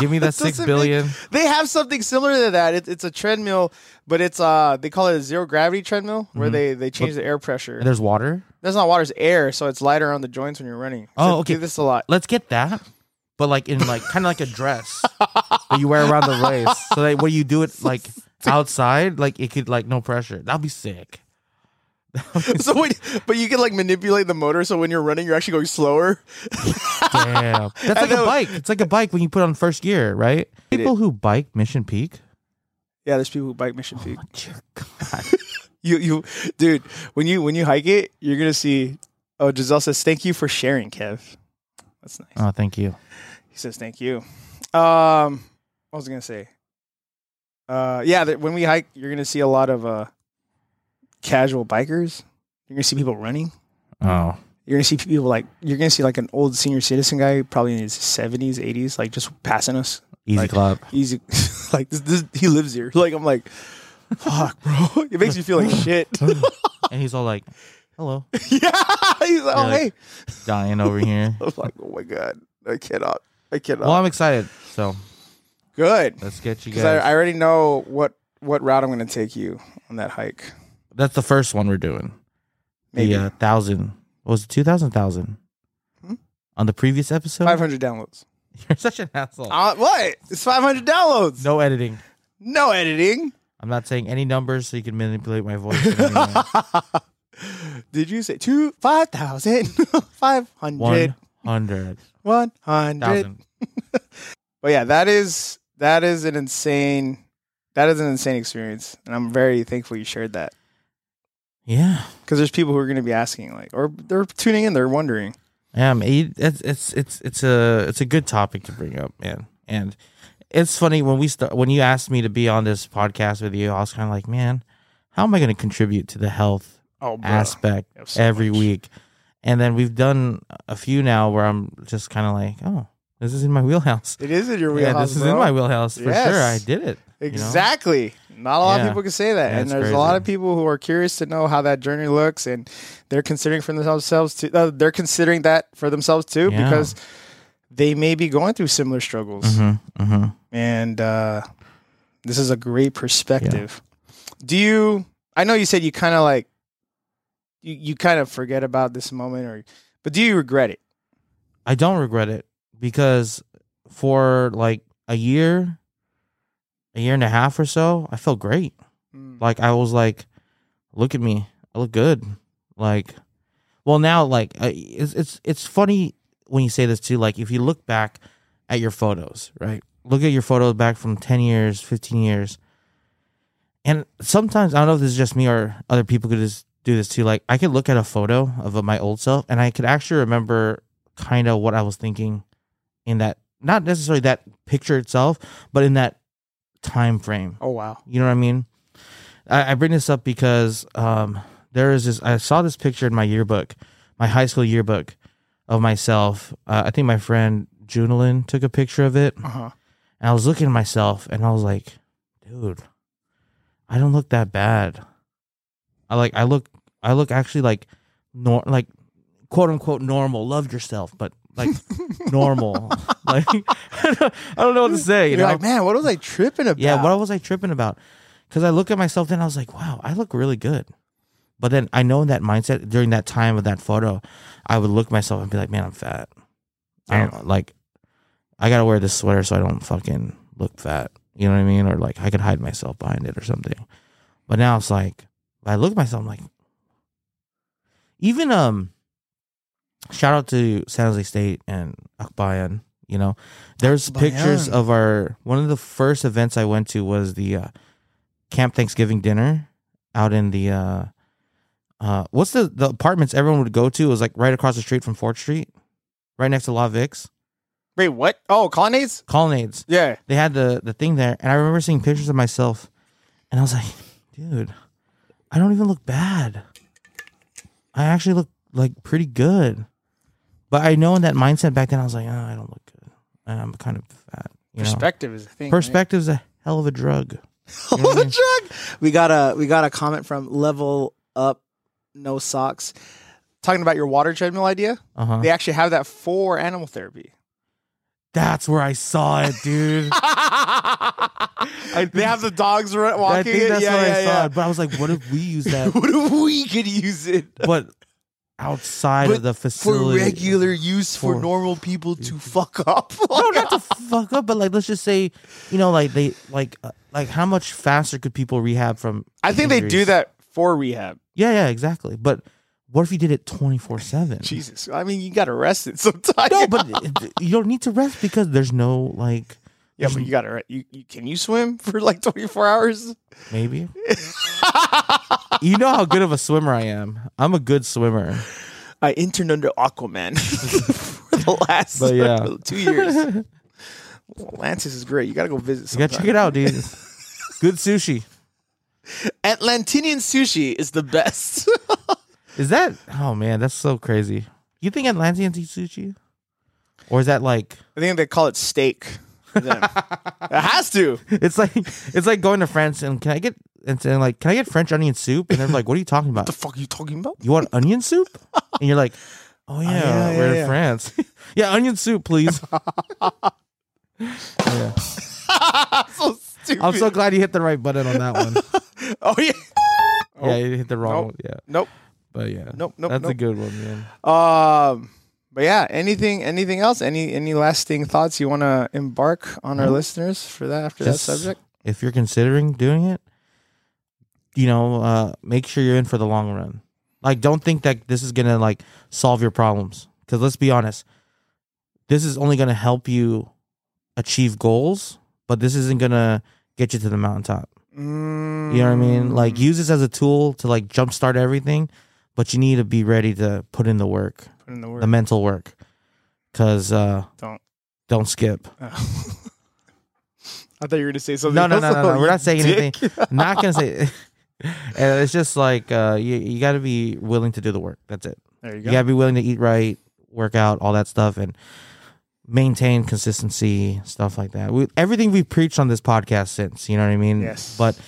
Speaker 2: give me that six
Speaker 1: Doesn't
Speaker 2: billion.
Speaker 1: make- they have something similar to that. It, it's a treadmill, but it's uh they call it a zero gravity treadmill where they they change the air pressure.
Speaker 2: Mm-hmm. And there's water.
Speaker 1: That's not water; it's air, so it's lighter on the joints when you're running.
Speaker 2: Oh,
Speaker 1: They
Speaker 2: okay.
Speaker 1: Do this a lot.
Speaker 2: Let's get that. But like in like kind of like a dress that you wear around the waist. So that when you do it like outside, like it could like no pressure. That'd be sick.
Speaker 1: so when, but you can like manipulate the motor, so when you're running, you're actually going slower.
Speaker 2: Damn. That's like a
Speaker 1: know.
Speaker 2: bike. It's like a bike when you put on first gear, right?
Speaker 1: Hate it.
Speaker 2: People who bike Mission Peak. Oh,
Speaker 1: Yeah, there's people who bike Mission Peak.
Speaker 2: Dear God.
Speaker 1: You you dude, when you when you hike it, you're gonna see oh Giselle says, Thank you for sharing, Kev. That's nice.
Speaker 2: Oh, thank you.
Speaker 1: He says, Thank you. Um what was I gonna say? Uh yeah, that when we hike, you're gonna see a lot of uh casual bikers. You're gonna see people running.
Speaker 2: Oh.
Speaker 1: You're gonna see people like you're gonna see like an old senior citizen guy, probably in his seventies, eighties, like just passing us.
Speaker 2: Easy
Speaker 1: Like-
Speaker 2: clap.
Speaker 1: Easy, like this, this, he lives here. Like I'm like, fuck, bro. It makes you feel like shit.
Speaker 2: and he's all like, hello,
Speaker 1: yeah. He's like, oh,
Speaker 2: Yeah.
Speaker 1: hey.
Speaker 2: dying over here.
Speaker 1: I was like, oh my God, I cannot. I cannot.
Speaker 2: Well, I'm excited. So
Speaker 1: Good.
Speaker 2: let's get you
Speaker 1: Because
Speaker 2: guys.
Speaker 1: I, I already know what, what route I'm going to take you on that hike.
Speaker 2: That's the first one we're doing.
Speaker 1: Maybe
Speaker 2: The uh, thousand. What was it? 2,000, 1,000.
Speaker 1: Hmm?
Speaker 2: On the previous episode?
Speaker 1: 500 downloads.
Speaker 2: You're such an asshole.
Speaker 1: Uh, what? It's 500 downloads.
Speaker 2: no editing.
Speaker 1: No editing.
Speaker 2: I'm not saying any numbers so you can manipulate my voice. in any way.
Speaker 1: Did you say two, 5,000, 500,
Speaker 2: 100,000.
Speaker 1: 100? But yeah, that is, that is an insane, that is an insane experience. And I'm very thankful you shared that.
Speaker 2: Yeah.
Speaker 1: Because there's people who are going to be asking, like, or they're tuning in, they're wondering.
Speaker 2: Yeah, man, you- it's it's it's it's a it's a good topic to bring up, man. And it's funny when we start when you asked me to be on this podcast with you, I was kind of like, man, how am I going to contribute to the health
Speaker 1: Oh,
Speaker 2: aspect
Speaker 1: I have so
Speaker 2: every
Speaker 1: much.
Speaker 2: week? And then we've done a few now where I'm just kind of like, oh, this is in my wheelhouse.
Speaker 1: It is in your
Speaker 2: yeah,
Speaker 1: wheelhouse.
Speaker 2: this is in
Speaker 1: bro.
Speaker 2: my wheelhouse for
Speaker 1: Yes.
Speaker 2: sure. I did it. you know?
Speaker 1: Exactly. Not a lot
Speaker 2: Yeah.
Speaker 1: of people can say that,
Speaker 2: Yeah,
Speaker 1: and
Speaker 2: it's
Speaker 1: there's a lot
Speaker 2: crazy.
Speaker 1: of people who are curious to know how that journey looks, and they're considering for themselves to. Uh, they're considering that for themselves too,
Speaker 2: Yeah.
Speaker 1: because they may be going through similar struggles,
Speaker 2: Mhm, mhm.
Speaker 1: and uh, this is a great perspective. Do you? I know you said you kind of like you you kind of forget about this moment, or but do you regret it?
Speaker 2: I don't regret it because for like a year, a year and a half or so, I felt great.
Speaker 1: Mm.
Speaker 2: like i was like look at me i look good like well now like I, it's it's it's funny when you say this too like if you look back at your photos right look at your photos back from 10 years 15 years and sometimes i don't know if this is just me or other people could just do this too like i could look at a photo of my old self and i could actually remember kind of what i was thinking in that not necessarily that picture itself but in that time frame
Speaker 1: Oh wow.
Speaker 2: you know what I mean? I, I bring this up because um, there is this. I saw this picture in my yearbook, my high school yearbook, of myself. Uh, I think my friend Junalyn took a picture of it, and
Speaker 1: Uh huh.
Speaker 2: I was looking at myself, and I was like, "Dude, I don't look that bad. I like I look I look actually like nor like quote unquote normal. Love yourself, but like normal. like I don't know what to say. You
Speaker 1: You're
Speaker 2: know?
Speaker 1: like, man, what was I tripping about?
Speaker 2: yeah. What was I tripping about? Because I look at myself then I was like, wow, I look really good. But then I know in that mindset during that time of that photo, I would look at myself and be like, man, I'm fat. I don't like. I gotta wear this sweater so I don't fucking look fat. You know what I mean? Or like I could hide myself behind it or something. But now it's like I look at myself. I'm like, even um, shout out to San Jose State and Akbayan. You know, there's pictures
Speaker 1: Akbayan.
Speaker 2: of our one of the first events I went to was the uh, camp Thanksgiving dinner out in the uh, uh, what's the the apartments everyone would go to It was like right across the street from Fort Street, right next to La Vix
Speaker 1: Wait, what? Oh, colonnades?
Speaker 2: Colonnades
Speaker 1: Yeah.
Speaker 2: they had the the thing there, and I remember seeing pictures of myself, and I was like, dude, I don't even look bad. I actually look like pretty good, but I know in that mindset back then I was like, oh, I don't look good. I'm kind of fat. You know?
Speaker 1: Perspective is a thing. right?
Speaker 2: Perspective's a hell of a drug.
Speaker 1: Drug. We got a we got a comment from Level Up No Socks talking about your water treadmill idea.
Speaker 2: Uh huh.
Speaker 1: They actually have that for animal therapy.
Speaker 2: That's where I saw it, dude.
Speaker 1: they have the dogs run, walking.
Speaker 2: I think that's
Speaker 1: it. Yeah,
Speaker 2: where
Speaker 1: yeah,
Speaker 2: I saw
Speaker 1: yeah.
Speaker 2: it. But I was like, what if we use that?
Speaker 1: What if we could use it
Speaker 2: but outside
Speaker 1: But
Speaker 2: of the
Speaker 1: for
Speaker 2: facility,
Speaker 1: regular use for,
Speaker 2: For-
Speaker 1: normal people to fuck up?
Speaker 2: no, not to fuck up, but like let's just say, you know, like they like uh, like how much faster could people rehab from?
Speaker 1: I think they do
Speaker 2: injuries?
Speaker 1: that for rehab.
Speaker 2: Yeah, yeah, exactly. But what if you did it twenty four seven?
Speaker 1: Jesus, I mean, you got arrested sometimes.
Speaker 2: No, but it- you don't need to rest because there's no like
Speaker 1: yeah, but you got to. You, you can you swim for like twenty four hours?
Speaker 2: maybe. you know how good of a swimmer I am. I'm a good swimmer.
Speaker 1: I interned under Aquaman for the last
Speaker 2: But yeah.
Speaker 1: two years. Atlantis is great. You got to go visit.
Speaker 2: You gotta check it out, dude. Good sushi.
Speaker 1: Atlantinian sushi is the best.
Speaker 2: Is that? Oh man, that's so crazy. You think Atlanteans eat sushi, or is that like?
Speaker 1: I think they call it steak. for them. it has to.
Speaker 2: It's like it's like going to France and can I get and saying like can I get French onion soup? And they're like, what are you talking about?
Speaker 1: The fuck are you talking about?
Speaker 2: You want onion soup? And you're like, oh yeah,
Speaker 1: yeah, yeah,
Speaker 2: we're in
Speaker 1: yeah.
Speaker 2: France. yeah, onion soup, please.
Speaker 1: so stupid.
Speaker 2: I'm so glad you hit the right button on that one.
Speaker 1: oh yeah.
Speaker 2: Yeah, you hit the wrong
Speaker 1: Nope.
Speaker 2: one. Yeah,
Speaker 1: Nope.
Speaker 2: but yeah,
Speaker 1: Nope, nope,
Speaker 2: That's a
Speaker 1: nope.
Speaker 2: good one, man.
Speaker 1: Um. But yeah. Anything. Anything else? Any. Any lasting thoughts you want to embark on our listeners for that after
Speaker 2: Just-
Speaker 1: that subject?
Speaker 2: If you're considering doing it, you know, uh, make sure you're in for the long run. Like, don't think that this is gonna like solve your problems. Because let's be honest, this is only gonna help you achieve goals, but this isn't gonna get you to the mountaintop.
Speaker 1: Mm.
Speaker 2: You know what I mean? Like use this as a tool to like jumpstart everything, but you need to be ready to put in the work,
Speaker 1: Put in the
Speaker 2: the
Speaker 1: word.
Speaker 2: mental work, because uh,
Speaker 1: Don't.
Speaker 2: don't skip.
Speaker 1: I thought you were gonna say something.
Speaker 2: No, no, no,
Speaker 1: else.
Speaker 2: no, no. We're not saying
Speaker 1: Dick.
Speaker 2: anything. not gonna say. And it's just like uh, you you got to be willing to do the work. That's it.
Speaker 1: There you
Speaker 2: You
Speaker 1: go.
Speaker 2: got to be willing to eat right, work out, all that stuff, and maintain consistency, stuff like that. We, everything we've preached on this podcast since, you know what I mean?
Speaker 1: Yes.
Speaker 2: But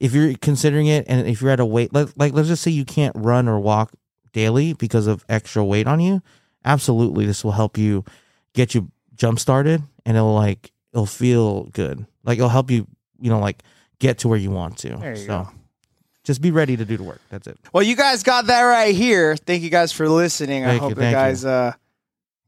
Speaker 2: if you're considering it and if you're at a weight, let, like let's just say you can't run or walk daily because of extra weight on you, absolutely this will help you get you jump started and it'll like, it'll feel good. Like it'll help you, you know, like get to where you want to.
Speaker 1: There you
Speaker 2: so
Speaker 1: go.
Speaker 2: just be ready to do the work. That's it.
Speaker 1: Well, you guys got that right here. Thank you guys for listening. I
Speaker 2: Thank you,
Speaker 1: hope you,
Speaker 2: thank
Speaker 1: guys uh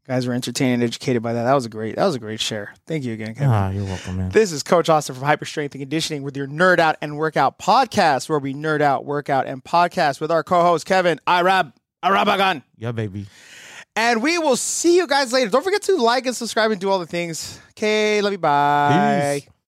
Speaker 1: guys were entertained and educated by that. That was a great. That was a great share. Thank you again, Kevin.
Speaker 2: Ah, you're welcome, man.
Speaker 1: This is Coach Austin from Hyper Strength and Conditioning with your Nerd Out and Workout podcast, where we nerd out, workout, and podcast with our co-host Kevin Irab Arabagan.
Speaker 2: Yeah, baby.
Speaker 1: And we will see you guys later. Don't forget to like and subscribe and do all the things. Okay, love you. Bye.
Speaker 2: Peace.